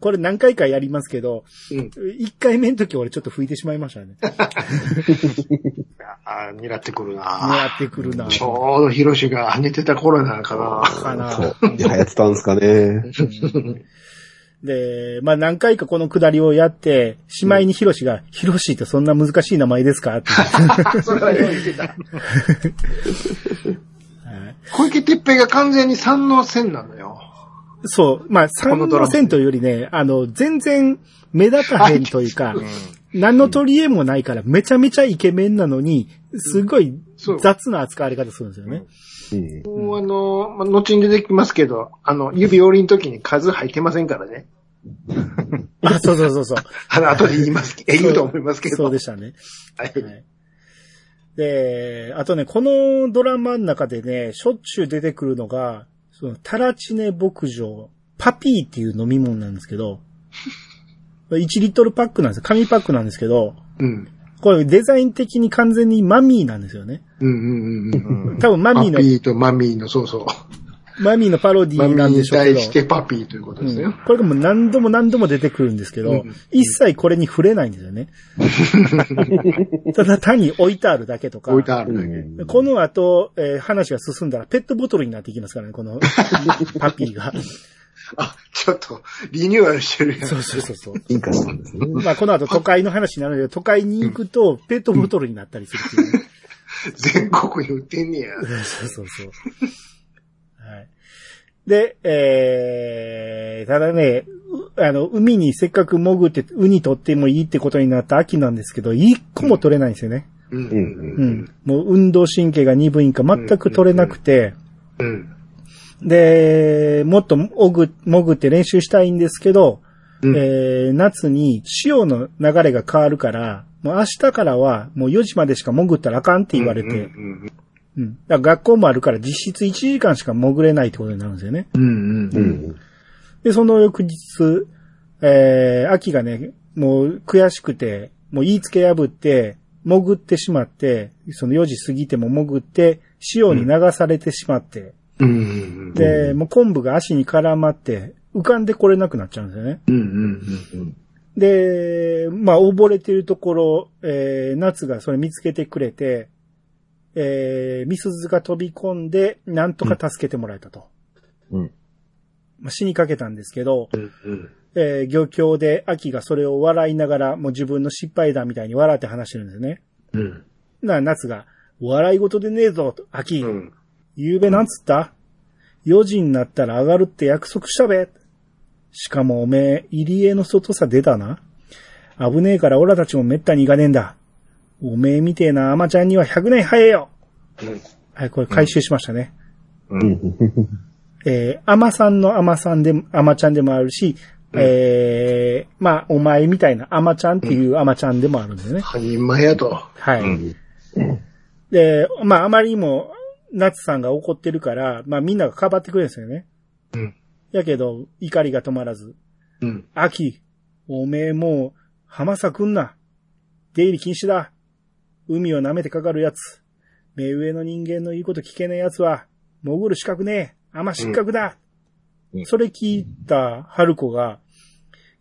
これ何回かやりますけど、
うん
一1回目の時俺ちょっと吹いてしまいましたね。
あー狙ってくる
狙
な。
ってくるな
ちょうどヒロシが寝てた頃なのかな。
かな
そう。いや、流行ってたんですかね。
で、まあ何回かこのくだりをやって、しまいにヒロシが、ヒロシってそんな難しい名前です かって言って
あそれは用意してた。
はい
小池徹平が完全に三能線なのよ。
そう、まあ
こ
三
のドラ
の
マ
線というよりね、あの、全然目立たへんというか、何の取り柄もないからめちゃめちゃイケメンなのに、すごい
そう
雑な扱われ方するんですよね。
うん
もうあの、まあ、後に出てきますけど、あの、指折りの時に数入ってませんからね。
あ、そうそうそうそう。
あの、後で言います、 え、言うと思いますけど。
そうでしたね。
はい
はい。で、あとね、このドラマの中でね、しょっちゅう出てくるのが、その、タラチネ牧場、パピーっていう飲み物なんですけど、1リットルパックなんですよ。紙パックなんですけど、
うん。
これデザイン的に完全にマミーなんですよね。
うんうんうんうん。
多分マ
パ
ミーの、
ピーとマミーの、そうそう。
マミーのパロディ
マ
ー
ミ
な
ー
んで
に
しょうけ
対
ど。
してパピーということです
うん
よ。
これがもう何度も何度も出てくるんですけど、
うん
一切これに触れないんですよ ね。ただ単に置いてあるだけとか。
置いてあるだけ。
この後、えー話が進んだらペットボトルになっていきますからね、こ のパピーが。
あ、ちょっと、リニューアルしてるや ん。
そうそうそうそう。
進化したんですね。
まあこの後都会の話になるので、都会に行くとペットボトルになったりするっていうね。
全国に売ってんねや。
そうそうそう。はい。で、えー、ただね、うあの、海にせっかく潜って、ウニ取ってもいいってことになった秋なんですけど、一個も取れないんですよね。
う。
うんん
う。ん。もう運動神経が鈍いんか全く取れなくて、
うん。
で、もっと潜潜って練習したいんですけど、
うん
えー夏に潮の流れが変わるから、もう明日からはもう4時までしか潜ったらあかんって言われて、
うん
うん。だから学校もあるから実質1時間しか潜れないってことになるんですよね。
うんうん
う。ん。
で、その翌日、えー、秋がね、もう悔しくて、もう言いつけ破って、潜ってしまって、その4時過ぎても潜って、潮に流されてしまって、
うんうん
で、もう昆布が足に絡まって、浮かんでこれなくなっちゃうんですよね。
うん。うんうん
で、まあ、溺れてるところ、えー、夏がそれ見つけてくれて、えー、ミスズが飛び込んで、なんとか助けてもらえたと。
うん
まあ、死にかけたんですけど、
うんうん。
えー、漁協で秋がそれを笑いながら、もう自分の失敗だみたいに笑って話してるんですね。
うん。
な、夏が、笑い事でねえぞ、秋。
うん。
ゆうべなんつった ?4 時になったら上がるって約束したべ。しかもおめえ、入り江の外さ出たな。危ねえからオラたちもめったに行かねえんだ。おめえみてえなアマちゃんには100年早えよ。はい、これ回収しましたね。えー、アマさんのアマさんで、アマちゃんでもあるし、えー、まあ、お前みたいなアマちゃんっていうアマちゃんでもあるんですよね。
はにまやと。
はい。で、まあ、あまりにも、夏さんが怒ってるから、まあ、みんながかばってくれるんですよね。
うん。
やけど、怒りが止まらず。
うん。
秋、おめえもう、浜さくんな。出入り禁止だ。海を舐めてかかるやつ。目上の人間の言うこと聞けねえやつは、潜る資格ねえ。甘失格だ。それ聞いた春子が、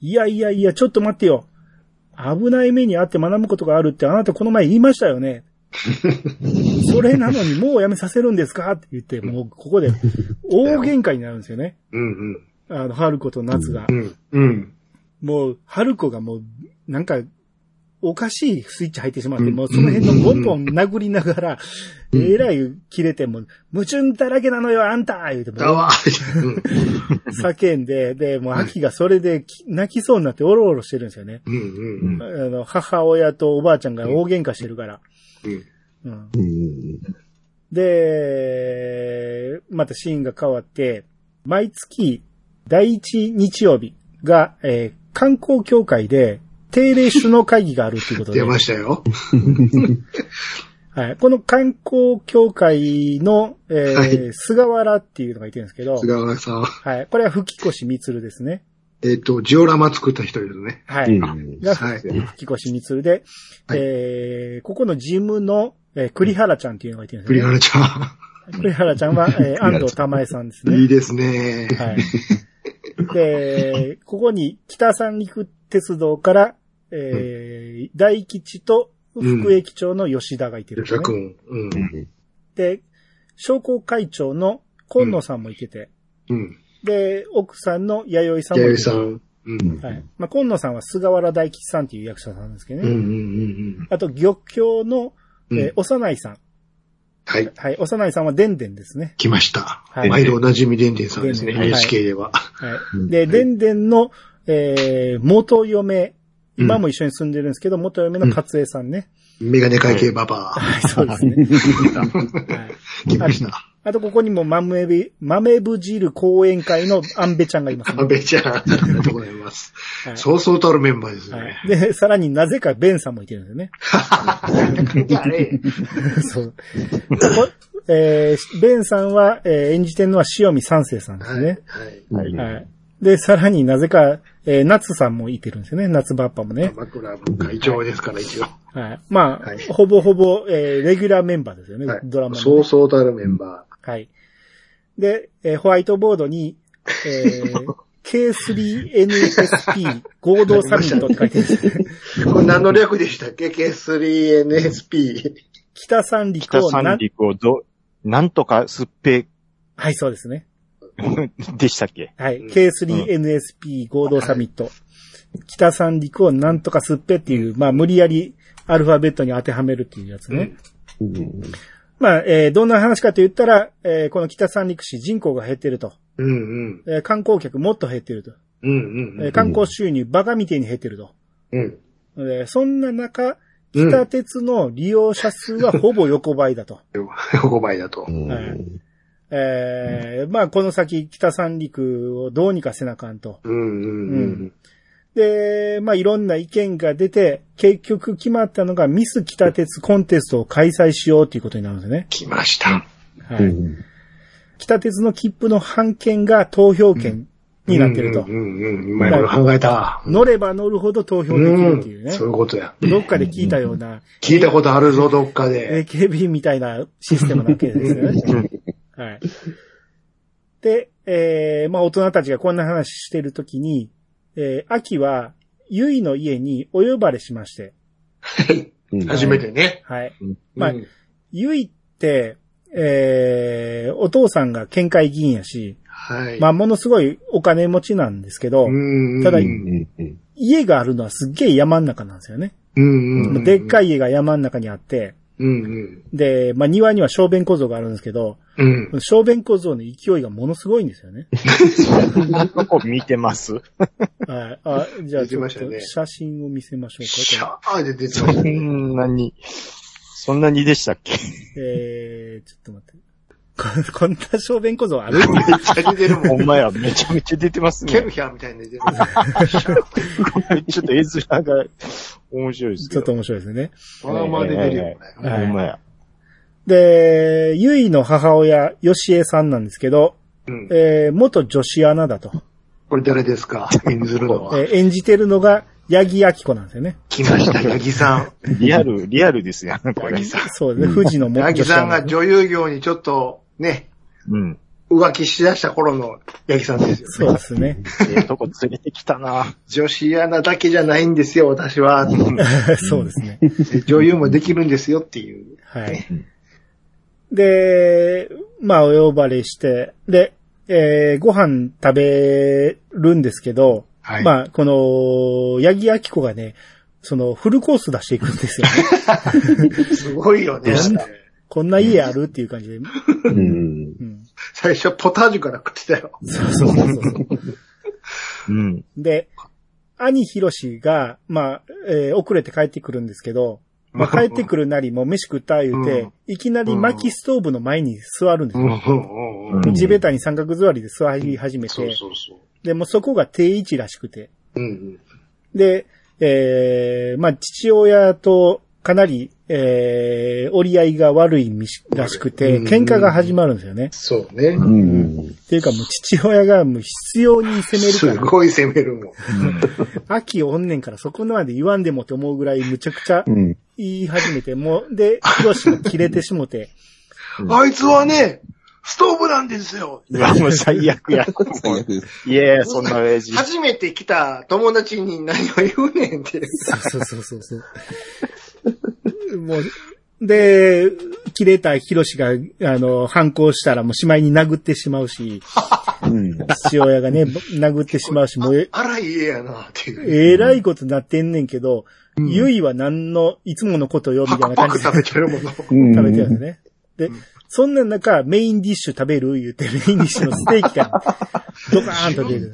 いやいやいや、ちょっと待ってよ。危ない目にあって学ぶことがあるってあなたこの前言いましたよね。それなのにもうやめさせるんですかって言って、もうここで大喧嘩になるんですよね。
うん
あの、春子と夏が
う。ん。うん。うん。
もう、春子がもう、なんか、おかしいスイッチ入ってしまって、もうその辺のボンボン殴りながら、えらい切れて、もう、矛盾だらけなのよ、あんた言うて、も
だ
う
わー。
叫んで、で、もう秋がそれでき泣きそうになっておろおろしてるんですよね。
うんうんうん。
あの、母親とおばあちゃんが大喧嘩してるから。
うん
うんで、またシーンが変わって、毎月第一日曜日が、えー観光協会で定例首脳会議があるっていう ことで
出、ましたよ。
はい、この観光協会の、えー
はい
菅原っていうのがいてるんですけど、
菅原さん。
はい、これは吹越光ですね。
えっと、ジオラマ作った人ですね。
はい。が、
はい。
吹越光で、
はい
えーここの事務の、えー栗原ちゃんっていうのがいてるんです
栗
ね。
原ちゃ
栗原ちゃんは、えー安藤玉江さんです
ん。いい
ね。
ですね。
はい。で、ここに北三陸鉄道から、えー大吉と副駅長の吉田がいてるんです
吉田
ね、
君。うん。
で、商工会長の今野さんもいてて、
うん。
で、奥さんの弥生さんもい
弥生
てて
さん。うん。
はい。まあ、今野さんは菅原大吉さんっていう役者さんですけど
うんう
ね。
んうん
あと、漁協の、
うん。う
え
ん
ー幼いさん。
はい。
はい。幼いさんはでんでんですね。
来ました。
はい
毎度おなじみでんでんさんですね。
でんでんはい
NHK では。
はい。で、でんでんの、えー、元嫁、今も一緒に住んでるんですけど、元嫁の勝江さん ね。
メガネ会計ババア。
はい、そうですね。はい
来ま した。
あと、ここにも豆ぶ、豆ぶ汁講演会のアンベちゃんがいます
安
ね。
倍ちゃん、ありがとうございます。
はい
そうそうたるメンバーです
は
ね。
い、で、さらになぜかベンさんもいてるんですよね。
じゃあね、
そう。こえーベンさんは、えー演じてるのは塩見三世さんです
はい。
ね。
はい。
はい。で、さらになぜか、えー夏さんもいてるんですよね。夏バッパもね。
枕の会長ですから、一応。
はい。まあ、
はい
ほぼほぼ、えーレギュラーメンバーですよね。
はい
ドラマの、ね。
そうそうたるメンバ
はい。で、えーホワイトボードに、えー K3NSP 合同サミットって書いてるんですね。
ー。これ何の略でしたっけ ?K3NSP。
北三陸
北
をな
三、陸をど、なんとかすっぺ、
はい、そうですね。
でしたっけ
はい。
うん
K3NSP 合同サミット。北三陸をなんとかすっぺっていう、まあ、無理やりアルファベットに当てはめるっていうやつね。まあ、えーどんな話かと言ったら、えーこの北三陸市人口が減ってると。
うんうん。
えー観光客もっと減ってると。
うんう
えー
ん。
観光収入バカみてえに減ってると。
うん。
でそんな中、
うん
北鉄の利用者数はほぼ横ばいだと。
5倍だと。
はいえーまあ、この先、北三陸をどうにかせなあかんと。
うんうん
で、まあ、いろんな意見が出て、結局決まったのがミス北鉄コンテストを開催しようということになるんですね。
来ました。
はい。北鉄の切符の半券が投票券になってると
う。んうんうん。うまいこと考えた。
乗れば乗るほど投票でき
う
る
ん
っていうね。
そういうことや。
どっかで聞いたような、
聞いたことあるぞ、どっかで。
AKB みたいなシステムなわけですよね。はい。で、えー、まあ大人たちがこんな話してるときに、えー、秋は、ゆいの家にお呼ばれしまして、
うん
初めてね。
はい。ま
う
あ
ん
ゆいって、えー、お父さんが県会議員やし、
はい。
まあものすごいお金持ちなんですけど、
うんうん
ただ
うん
家があるのはすっげえ山ん中なんですよね。
うんうん。
でっかい家が山ん中にあって、
うんうん。
で、まあ庭には小便小僧があるんですけど、
うん。
小便小僧の勢いがものすごいんですよ ね。
どこ見てます
はい。あ、じゃあ、
出て
ちょ
ま
っ
したね
と写真を見せましょ
シ
うか。
ャーで出て
そ
ましたね。
んなに、そんなにでしたっけ
えー、ちょっと待って。ここん な小便小僧ある
めっちゃ出てるも
ほ
ん。
んまや、めちゃめちゃ出てます
ケ
ね
ル。ヒャーみたいに出てる。
ちょっと絵面が面白いですけ
ちょっ
ど。
と面白いですね。
ドラマで出るよね。
はい
ほんまや。
で、ゆいの母親、よしえさんなんですけど、
うん
えー、元女子アナだと。
これ誰ですか演ずるのは。
えー演じてるのが、八木明子なんですよね。
来ました、八木さん。
リアル、リアルですやん、こ
八
れ
木。さん。
そうですね。富士の元
八木
女子
さ
ア
ん
ナ
が。女優業にちょっと、ね、
うん。
浮気しだした頃の八木さんですよ。
そうですね。
ええとこ連れてきたな。
女子アナだけじゃないんですよ、私は。
そうですね。
女優もできるんですよっていう。
はい。で、まあ、お呼ばれして、で、えーご飯食べるんですけど、
はい
まあ、この、八木明子がね、その、フルコース出していくんですよね。
すごいよね。
こんな家あるっていう感じで。
うん。
うん、
最初ポタージュから食ってたよ。
そうそうそうそう。
うん。
で、兄ひろしが、まあ、えー遅れて帰ってくるんですけど、まあ、帰ってくるなりも 飯食った言うて、いきなり薪ストーブの前に座るんですよ。
そう
うん
地べたに三角座りで座り始めて、
そうそ
で、もうそこが定位置らしくて。
う。うん
で、えー、まあ、父親とかなり、えー、折り合いが悪いみしらしくて、
うん
喧嘩が始まるんですよね。
そうね。
うん。
っていうかもう父親がもう必要に責め
す
るか
ごい攻めるもん。
ら、秋おんねんからそこまで言わんでもって思うぐらいむちゃくちゃ
うん。
言い始めて、もう、で、ヒロシが切れてしもて、
あいつはね、ストーブなんですよ。
うわ、もう最悪や。
最悪です。
いやそんな親 父。
初めて来た友達に何を言うねんって。
そうそうそうそうそう。もう、で、切れたヒロシが、あの、反抗したらもうしまいに殴ってしまうし、
うん。
父親が ね、殴ってしまうし、もうえ、
あら家やなっていう。
えらいことなってんねんけど、ゆいは何の、いつものことよ、みたいな
パ
感
ク
じで
食べてるもの。
うん
食べてるんですね。で、そんな中、メインディッシュ食べる言うて、メインディッシュのステーキが、ドカーンと出る。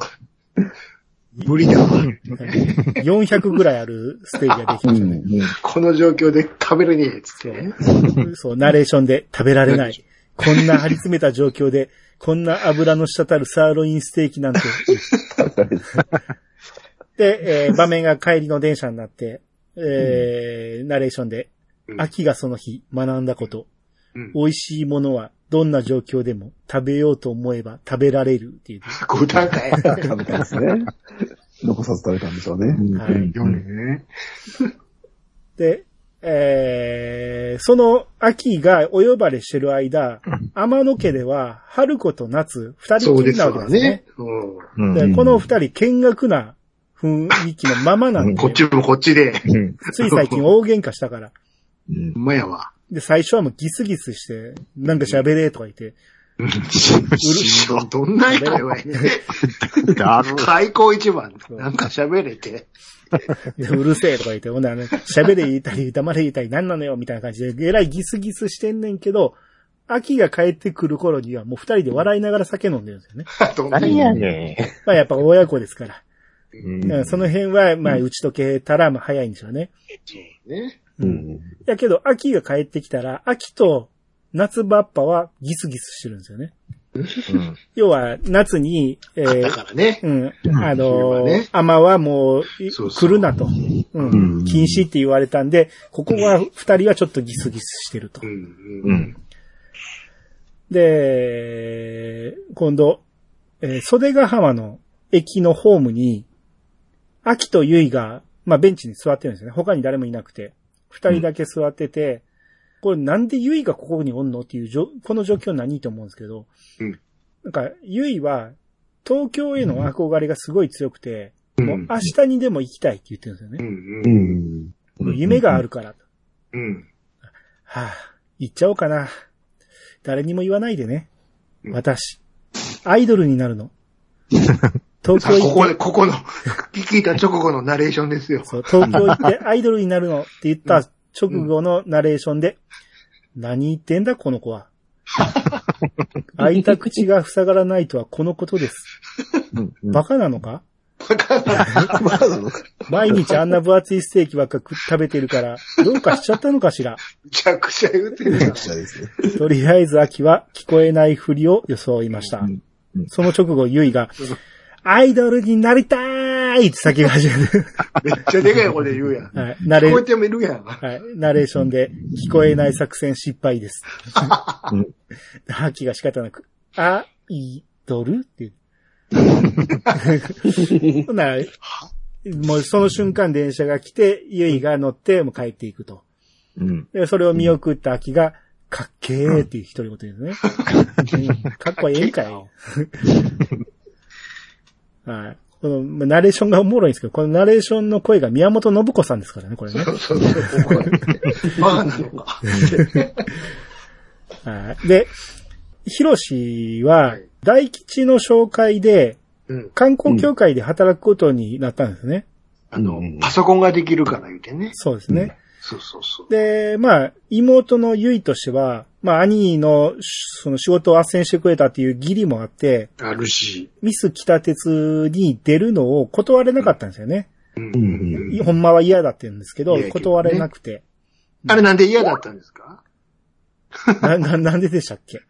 無理だわ。
400ぐらいあるステーキができましたね。
この状況で食べるねえっつってね。
そう、ナレーションで食べられない。こんな張り詰めた状況で、こんな油の滴るサーロインステーキなんて。で、えー場面が帰りの電車になって、えーナレーションで、
うん
秋がその日学んだこと、
うん
美味しいものはどんな状況でも食べようと思えば食べられるっていう。
五段階。
食べたんですね。残さず食べたんでしょうね。
はい
よね。
で、えーその秋がお呼ばれしてる間、天野家では春子と夏二人
そう
き
で
り
す
なわけ
わ
ですね。
ね。う
うん
でこの二人、見学な雰囲気のままなん
ん。
で
こっ、ちもこっちで。
うん
つい最近大喧嘩したから。
うん
ほんまやわ。
で、最初はもうギスギスして、なんか喋れとか言って、
うるどんな人やわ いね。
だる
開口一番。なんか喋れて。
でうるせえとか言って、ほんならね、喋れ言いたり、黙れ言いたり、なんなのよみたいな感じで、えらいギスギスしてんねんけど、秋が帰ってくる頃にはもう二人で笑いながら酒飲んでるんですよね。
どんな
何やね
まあやっぱ親子ですから。
ん。
うんその辺は、まあ打ち解けたら、まあ早いんでしょうね。
ね。
うん。
だけど、秋が帰ってきたら、秋と夏バッパはギスギスしてるんですよね。
うん
要は、夏に、えー
だからね。
うん、あ
そ
の
れは
ー
ね、
アマはもう、い
そうそ
来
う
るなと。うん。禁止って言われたんで、ここは二人はちょっとギスギスしてると
う。ん
う。ん。
で、今度、えー袖ヶ浜の駅のホームに、秋とゆいが、まあ、ベンチに座ってるんですよね。他に誰もいなくて。二人だけ座ってて、これなんでゆいがここにおんのっていうじょ、この状況何と思うんですけど、
うん
なんか、ゆいは、東京への憧れがすごい強くて、
う。
もうん明日にでも行きたいって言ってるんですよ
う
ね。
ん。
う
うん。
ん。
もう夢があるから。
うん。
はぁ、行っちゃおうかな。誰にも言わないでね。
うん
私、アイドルになる の。東京行って
さあ、ここで、ここの、聞いた直後のナレーションですよ。
そう、東京行ってアイドルになるのって言った直後のナレーションで、何言ってんだこの子は。 開いた口が塞がらないとはこのことです。
うんうん
バカなのか
わかんない。
バカなのか
毎日あんな分厚いステーキばっか食食べてるから、どうかしちゃったのかしら。
めちゃくちゃ言うてるな。
記者ですね。
とりあえず秋は聞こえないふりを装いました
うんう。ん
その直後、ゆいが、アイドルになりたーいって叫び始め て、
めっちゃでかい声で言うやん。
はい、ナレ
聞こえてもいるやん。
はい、ナレーションで、聞こえない作戦失敗です。秋が仕方なく、アイドルって いう。ほんならもうその瞬間電車が来て、ゆいが乗って、もう帰っていくと。
うん。
で、それを見送った秋が、かっけーっていう一人言です ね。うんかっこええんかよ。 はい。この、まあナレーションがおもろいんですけど、このナレーションの声が宮本信子さんですからね、これね。
そうそうそう。ここバカなのか。
はい。で、ヒロシは
はい、
大吉の紹介で、
うん。
観光協会で働くことになったんですね。
あの、パソコンができるから言うてね。
そうですね。
そうそうそう。
で、まあ、妹のゆいとしては、まあ、兄の、その仕事を斡旋してくれたっていう義理もあって、
あるし。
ミス北鉄に出るのを断れなかったんですよね。
うん。
ほんまは嫌だって言うんですけど
いやい、や
断れなくて。
あれなんで嫌だったんですか
な、な、なんででしたっけ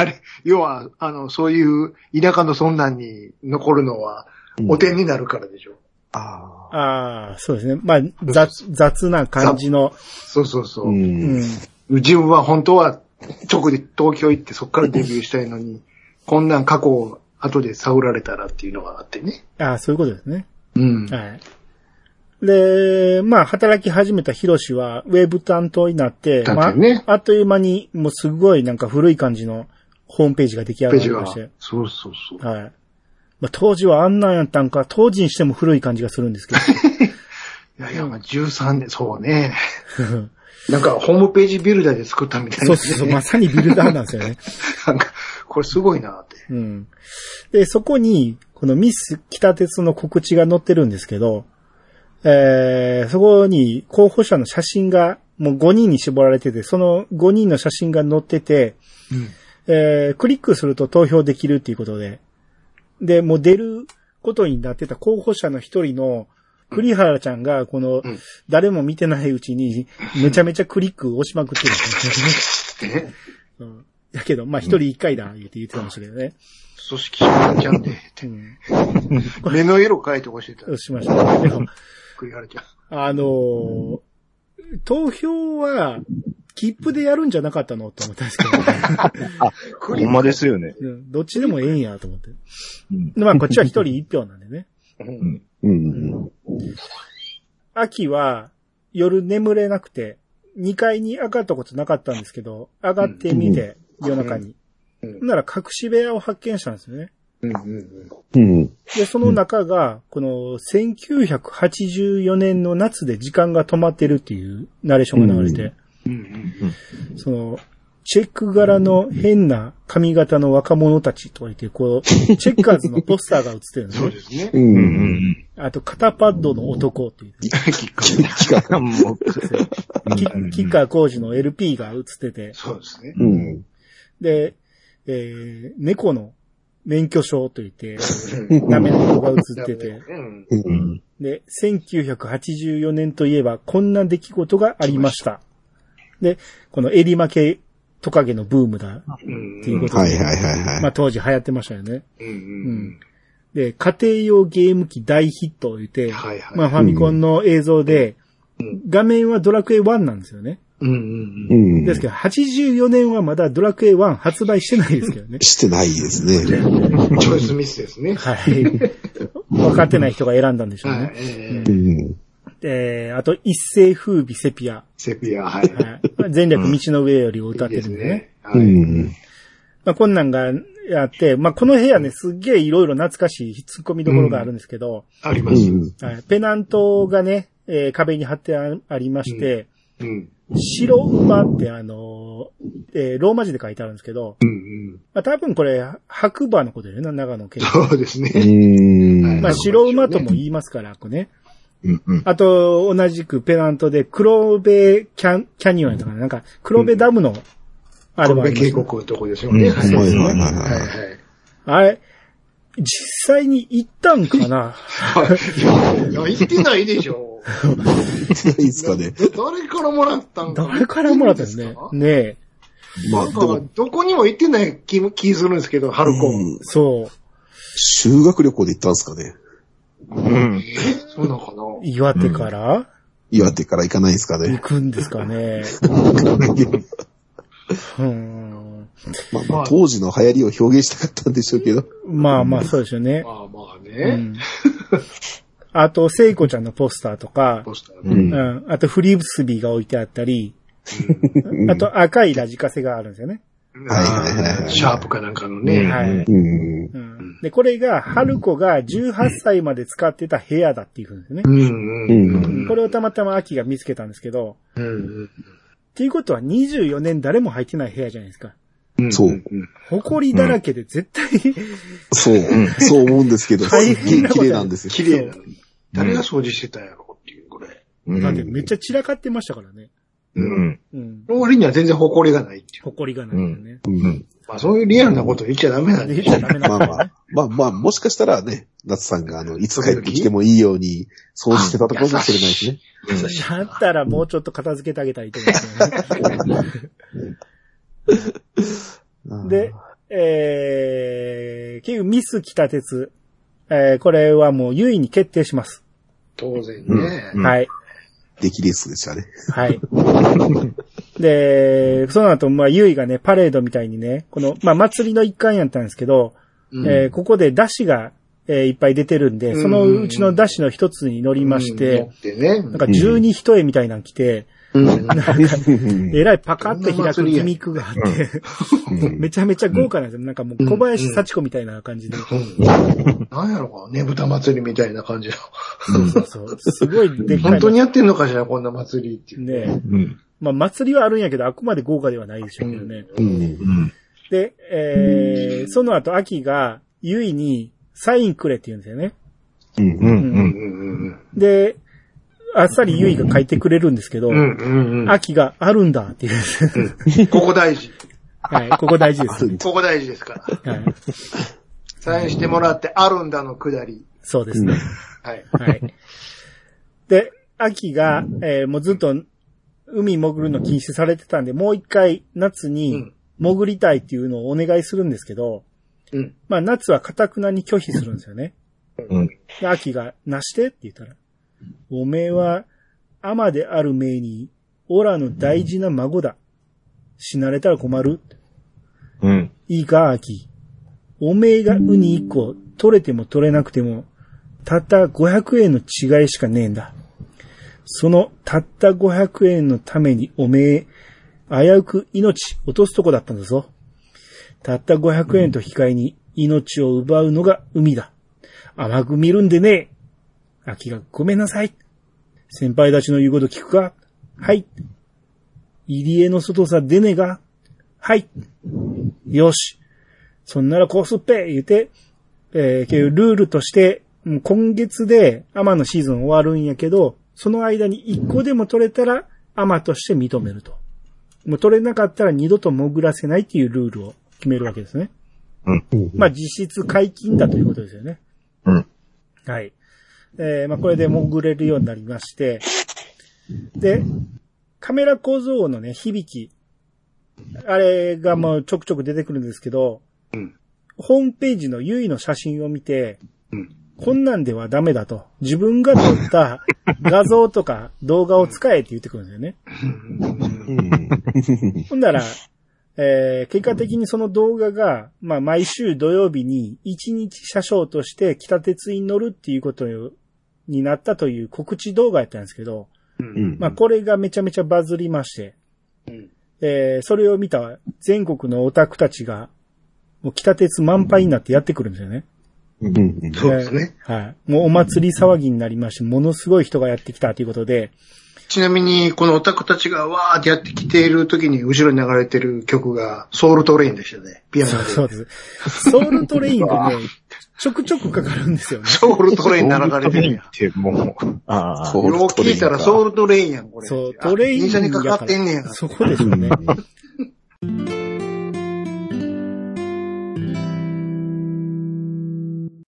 あれ、要は、あの、そういう田舎の村難に残るのは、お点になるからでしょ。
ああ。。
ああ、そうですね。まあ、雑、雑な感じの。
そうそうそうう。
うんん。
自分は本当は直で東京行ってそっからデビューしたい のに、こんなん過去を後で触られたらっていうのがあってね。
ああ、そういうことですね。
うん。
はい。で、まあ、働き始めたヒロシは、ウェブ担当になって、
だってね
まあ、あっという間に、もうすごいなんか古い感じのホームページが出来上が
ページ
りま
が。
し
そ
て
う。そうそう。
はい。まあ、当時はあんなんやったんか、当時にしても古い感じがするんですけ
いやいや、まあ13年、そう ね。
ど。
なんかホームページビルダーで作ったみたいな、
そうそうそう、まさにビルダーなんですよね。
なんか、これすごいなって。
うん。で、そこに、このミス北鉄の告知が載ってるんですけど、えー、そこに候補者の写真が、もう5人に絞られてて、その5人の写真が載ってて、えー、クリックすると投票できるっていうことで、で、もう出ることになってた候補者の一人の、栗原ちゃんが、この、誰も見てないうちに、めちゃめちゃクリック押しまくってるんですよね。
ね。
うん。だけど、まあ、一人一回だ、言って言ってましたけどね。
組織者ちゃ んで、
うん。
目の色変えてほしいた。
しました。でも、
栗原ちゃん。
あのー投票は、切符でやるんじゃなかったのって思ったんですけ ど、
ほんまですよね。
うんどっちでもええんやと思って。
うん
でまあ、こっちは一人一票なんでね。
うん。
秋は、夜眠れなくて、2階に上がったことなかったんですけど、上がってみて、夜中に。
うん
ほんなら隠し部屋を発見したんですよね。
うんうん
うん。
で、その中が、この、1984年の夏で時間が止まってるっていうナレーションが流れて、その、チェック柄の変な髪型の若者たちとか言って、こう、チェッカーズのポスターが映ってるんです
そう
ね。
ですね。
うん。
あと、肩パッドの男っていう。
もう
キキッカー工事の LP が映ってて、
そうです ね。
うん。
で、えー、猫の免許証と言って、ダメな子が映ってて、
うん。
うん。
で、1984年といえばこんな出来事がありました。で、このエリマケトカゲのブームだ
う。
っていうんことで、
はいはいはい
ま
は
あ当時流行ってましたよね。う
う
んん。で、家庭用ゲーム機大ヒットを言って、
はいはい
まあファミコンの映像で、画面はドラクエ1なんですよね。
うんうん
う
うん。
ん。。
ですけど、84年はまだドラクエ1発売してないですけどね
してないですね。
チョイスミス ですね。
はい。分かってない人が選んだんでしょう
はい
ね。。
え
う
ー
ん。
えー、あと、一世風靡セピア。
セピア、はい。
はい前略道の上よりを歌ってるんでね。。
は
う
い。
ん。
まあ、こんなんがあって、まあ、この部屋ね、すっげえいろいろ懐かしい突っ込みどころがあるんですけど、
あり
う
ます。
ん。
はい、ペナントがね、えー壁に貼ってあありまして、
うん。
白馬ってあのーえーローマ字で書いてあるんですけど、
うんうん。
まあ、多分これ、白馬のことだよね、長 野県。
そうです
う
ね。
ん。
まあ、白馬とも言いますから、これね。
うんうん。
あと、同じくペナントで、黒部キャンキャニオンやったかな、なんか、黒部ダムの、あれ
神
もあり
戸
ま
渓
す
谷のとこでしょうね。
うん
はい
そうですね
はいはい
はい
あれ、実際に行ったんかな
はい。いや、行ってないでしょ。
いいですかね。
誰からもらったん
誰からもらったんです
いい
ね
です。か
ねえ。
まあ、
なん
で
か
も、、
どこにも行ってない気も気するんですけど、春子。
うん
そう。
修学旅行で行ったんですかね。
うん。
そうなのかな
岩手から
岩手から行かないですか
行
ね。
くんですかね。うん。
まあまあ、当時の流行りを表現したかったんでしょうけど。
まあまあ、そうですよね。
まあまあ
う
ね。
ん。あと、聖子ちゃんのポスターとか、
ポスター
う。
ね。
うんん。あと、フリースビーが置いてあったり、あと、赤いラジカセがあるんですよね。
はいはいはいはい
シャープかなんかのね。
はい。
うん。
うんで、これが、春子が18歳まで使ってた部屋だっていうんですね
う。んうんうん
う
これをたまたま秋が見つけたんですけど、
うん
っていうことは24年誰も入ってない部屋じゃないですか。
うん。
そう。
埃だらけで絶対、
そう。そう思うんですけど、す
大
っげ
変
え
なこと
綺麗なんですよ。
綺麗な。誰が掃除してたんやろうっていう、これ。
うん
だってめっちゃ散らかってましたからね。
うん。
うん。
の割には全然誇りがないっていう。
埃がないんだよね。
うん
まあそういうリアルなこと言っちゃダメなん
で
で
言っちゃダメな
まあ
ん
ま
だよね
あ。、まあまあ、もしかしたらね、夏さんが、あの、いつ帰ってきてもいいように掃除してたとかもしれないしね。
だったらもうちょっと片付けてあげたいと思うんですよね。
うん
で、、えー、結局ミス北鉄。えー、これはもう優位に決定します。
当然ね。
うん
はい。
出来レースでしたね。
はい。で、その後、まあ、ゆいがね、パレードみたいにね、この、まあ、祭りの一環やったんですけど、
うん
えーここで出汁が、えーいっぱい出てるんで、
うん
そのうちの出汁の一つに乗りまして、
うん。でね。
なんか十二一重みたいなの着て、
うん
えらいパカッと開くギミックがあって、 めちゃめちゃ豪華なんですよ。なんかもう小林幸子みたいな感じで。
なんやろか、ねぶた祭りみたいな感じの。
そうそう。すごいでっかい
本当
の。
にやってんのかしら、こんな祭りっていう。
ね
うん。
まあ祭りはあるんやけど、あくまで豪華ではないでしょうけどね。
うん
うん。
で、えー、その後、秋が、ゆいに、サインくれって言うんですよね。
うん
う。
うんん
で、あっさりゆいが書いてくれるんですけど、
うんうん。うんうん
秋があるんだって言うん です。
うん。ここ大事。
はい、ここ大事です、ね。
ここ大事ですから。
はい、
サインしてもらって、あるんだのくだり。
そうですね。
はい。
はい。で、秋が、えー、もうずっと、海潜るの禁止されてたんで、もう一回夏
う
に
ん
潜りたいっていうのをお願いするんですけど、
うん
まあ夏は堅くなに拒否するんですよね。
うん
で、秋が、なしてって言ったら、おめえは、天であるめいに、オラの大事な孫だ。死なれたら困る。
うん。
いいか、秋。おめえがウニ一個、取れても取れなくても、たった500円の違いしかねえんだ。その、たった500円のためにおめえ、危うく命落とすとこだったんだぞ。たった500円と引き換えに命を奪うのが海だ。甘く見るんでねえ。秋がごめんなさい。先輩たちの言うこと聞くかはい。入り江の外さ出ねえがはい。よし。そんならこうすっぺ言うて、えーけどルールとして、もう今月でアマのシーズン終わるんやけど、その間に一個でも取れたらアマとして認めると。もう取れなかったら二度と潜らせないっていうルールを決めるわけですね。
うん
まあ実質解禁だということですよね。
うん
はい。えーまあこれで潜れるようになりまして、で、カメラ小僧のね、響き、あれがもうちょくちょく出てくるんですけど、ホームページのゆいの写真を見て、こんなんではダメだと。自分が撮った画像とか動画を使えって言ってくるんですよね。ほんなら、えー、結果的にその動画が、まあ、毎週土曜日に一日車掌として北鉄に乗るっていうことになったという告知動画やったんですけど、
うん。
まあ、これがめちゃめちゃバズりまして、えー、それを見た全国のオタクたちが、もう北鉄満杯になってやってくるんですよね。
うんうん。
そうですね。
はい。もうお祭り騒ぎになりまして、ものすごい人がやってきたということで、
ちなみに、このオタクたちがわーってやってきている時に後ろに流れてる曲がソウルトレインでしたね。ピアノ
そう
で。
そうです。ソウルトレインがね、ちょくちょくかかるんですよね。
ソウルトレイン流れてるやん。
てもう、あ
そ
よう聞いたらソウ
ル
ルトレインやん、これ。
そう、トレイン
電車に
や
か
ら
かってんねや。
そこですよね。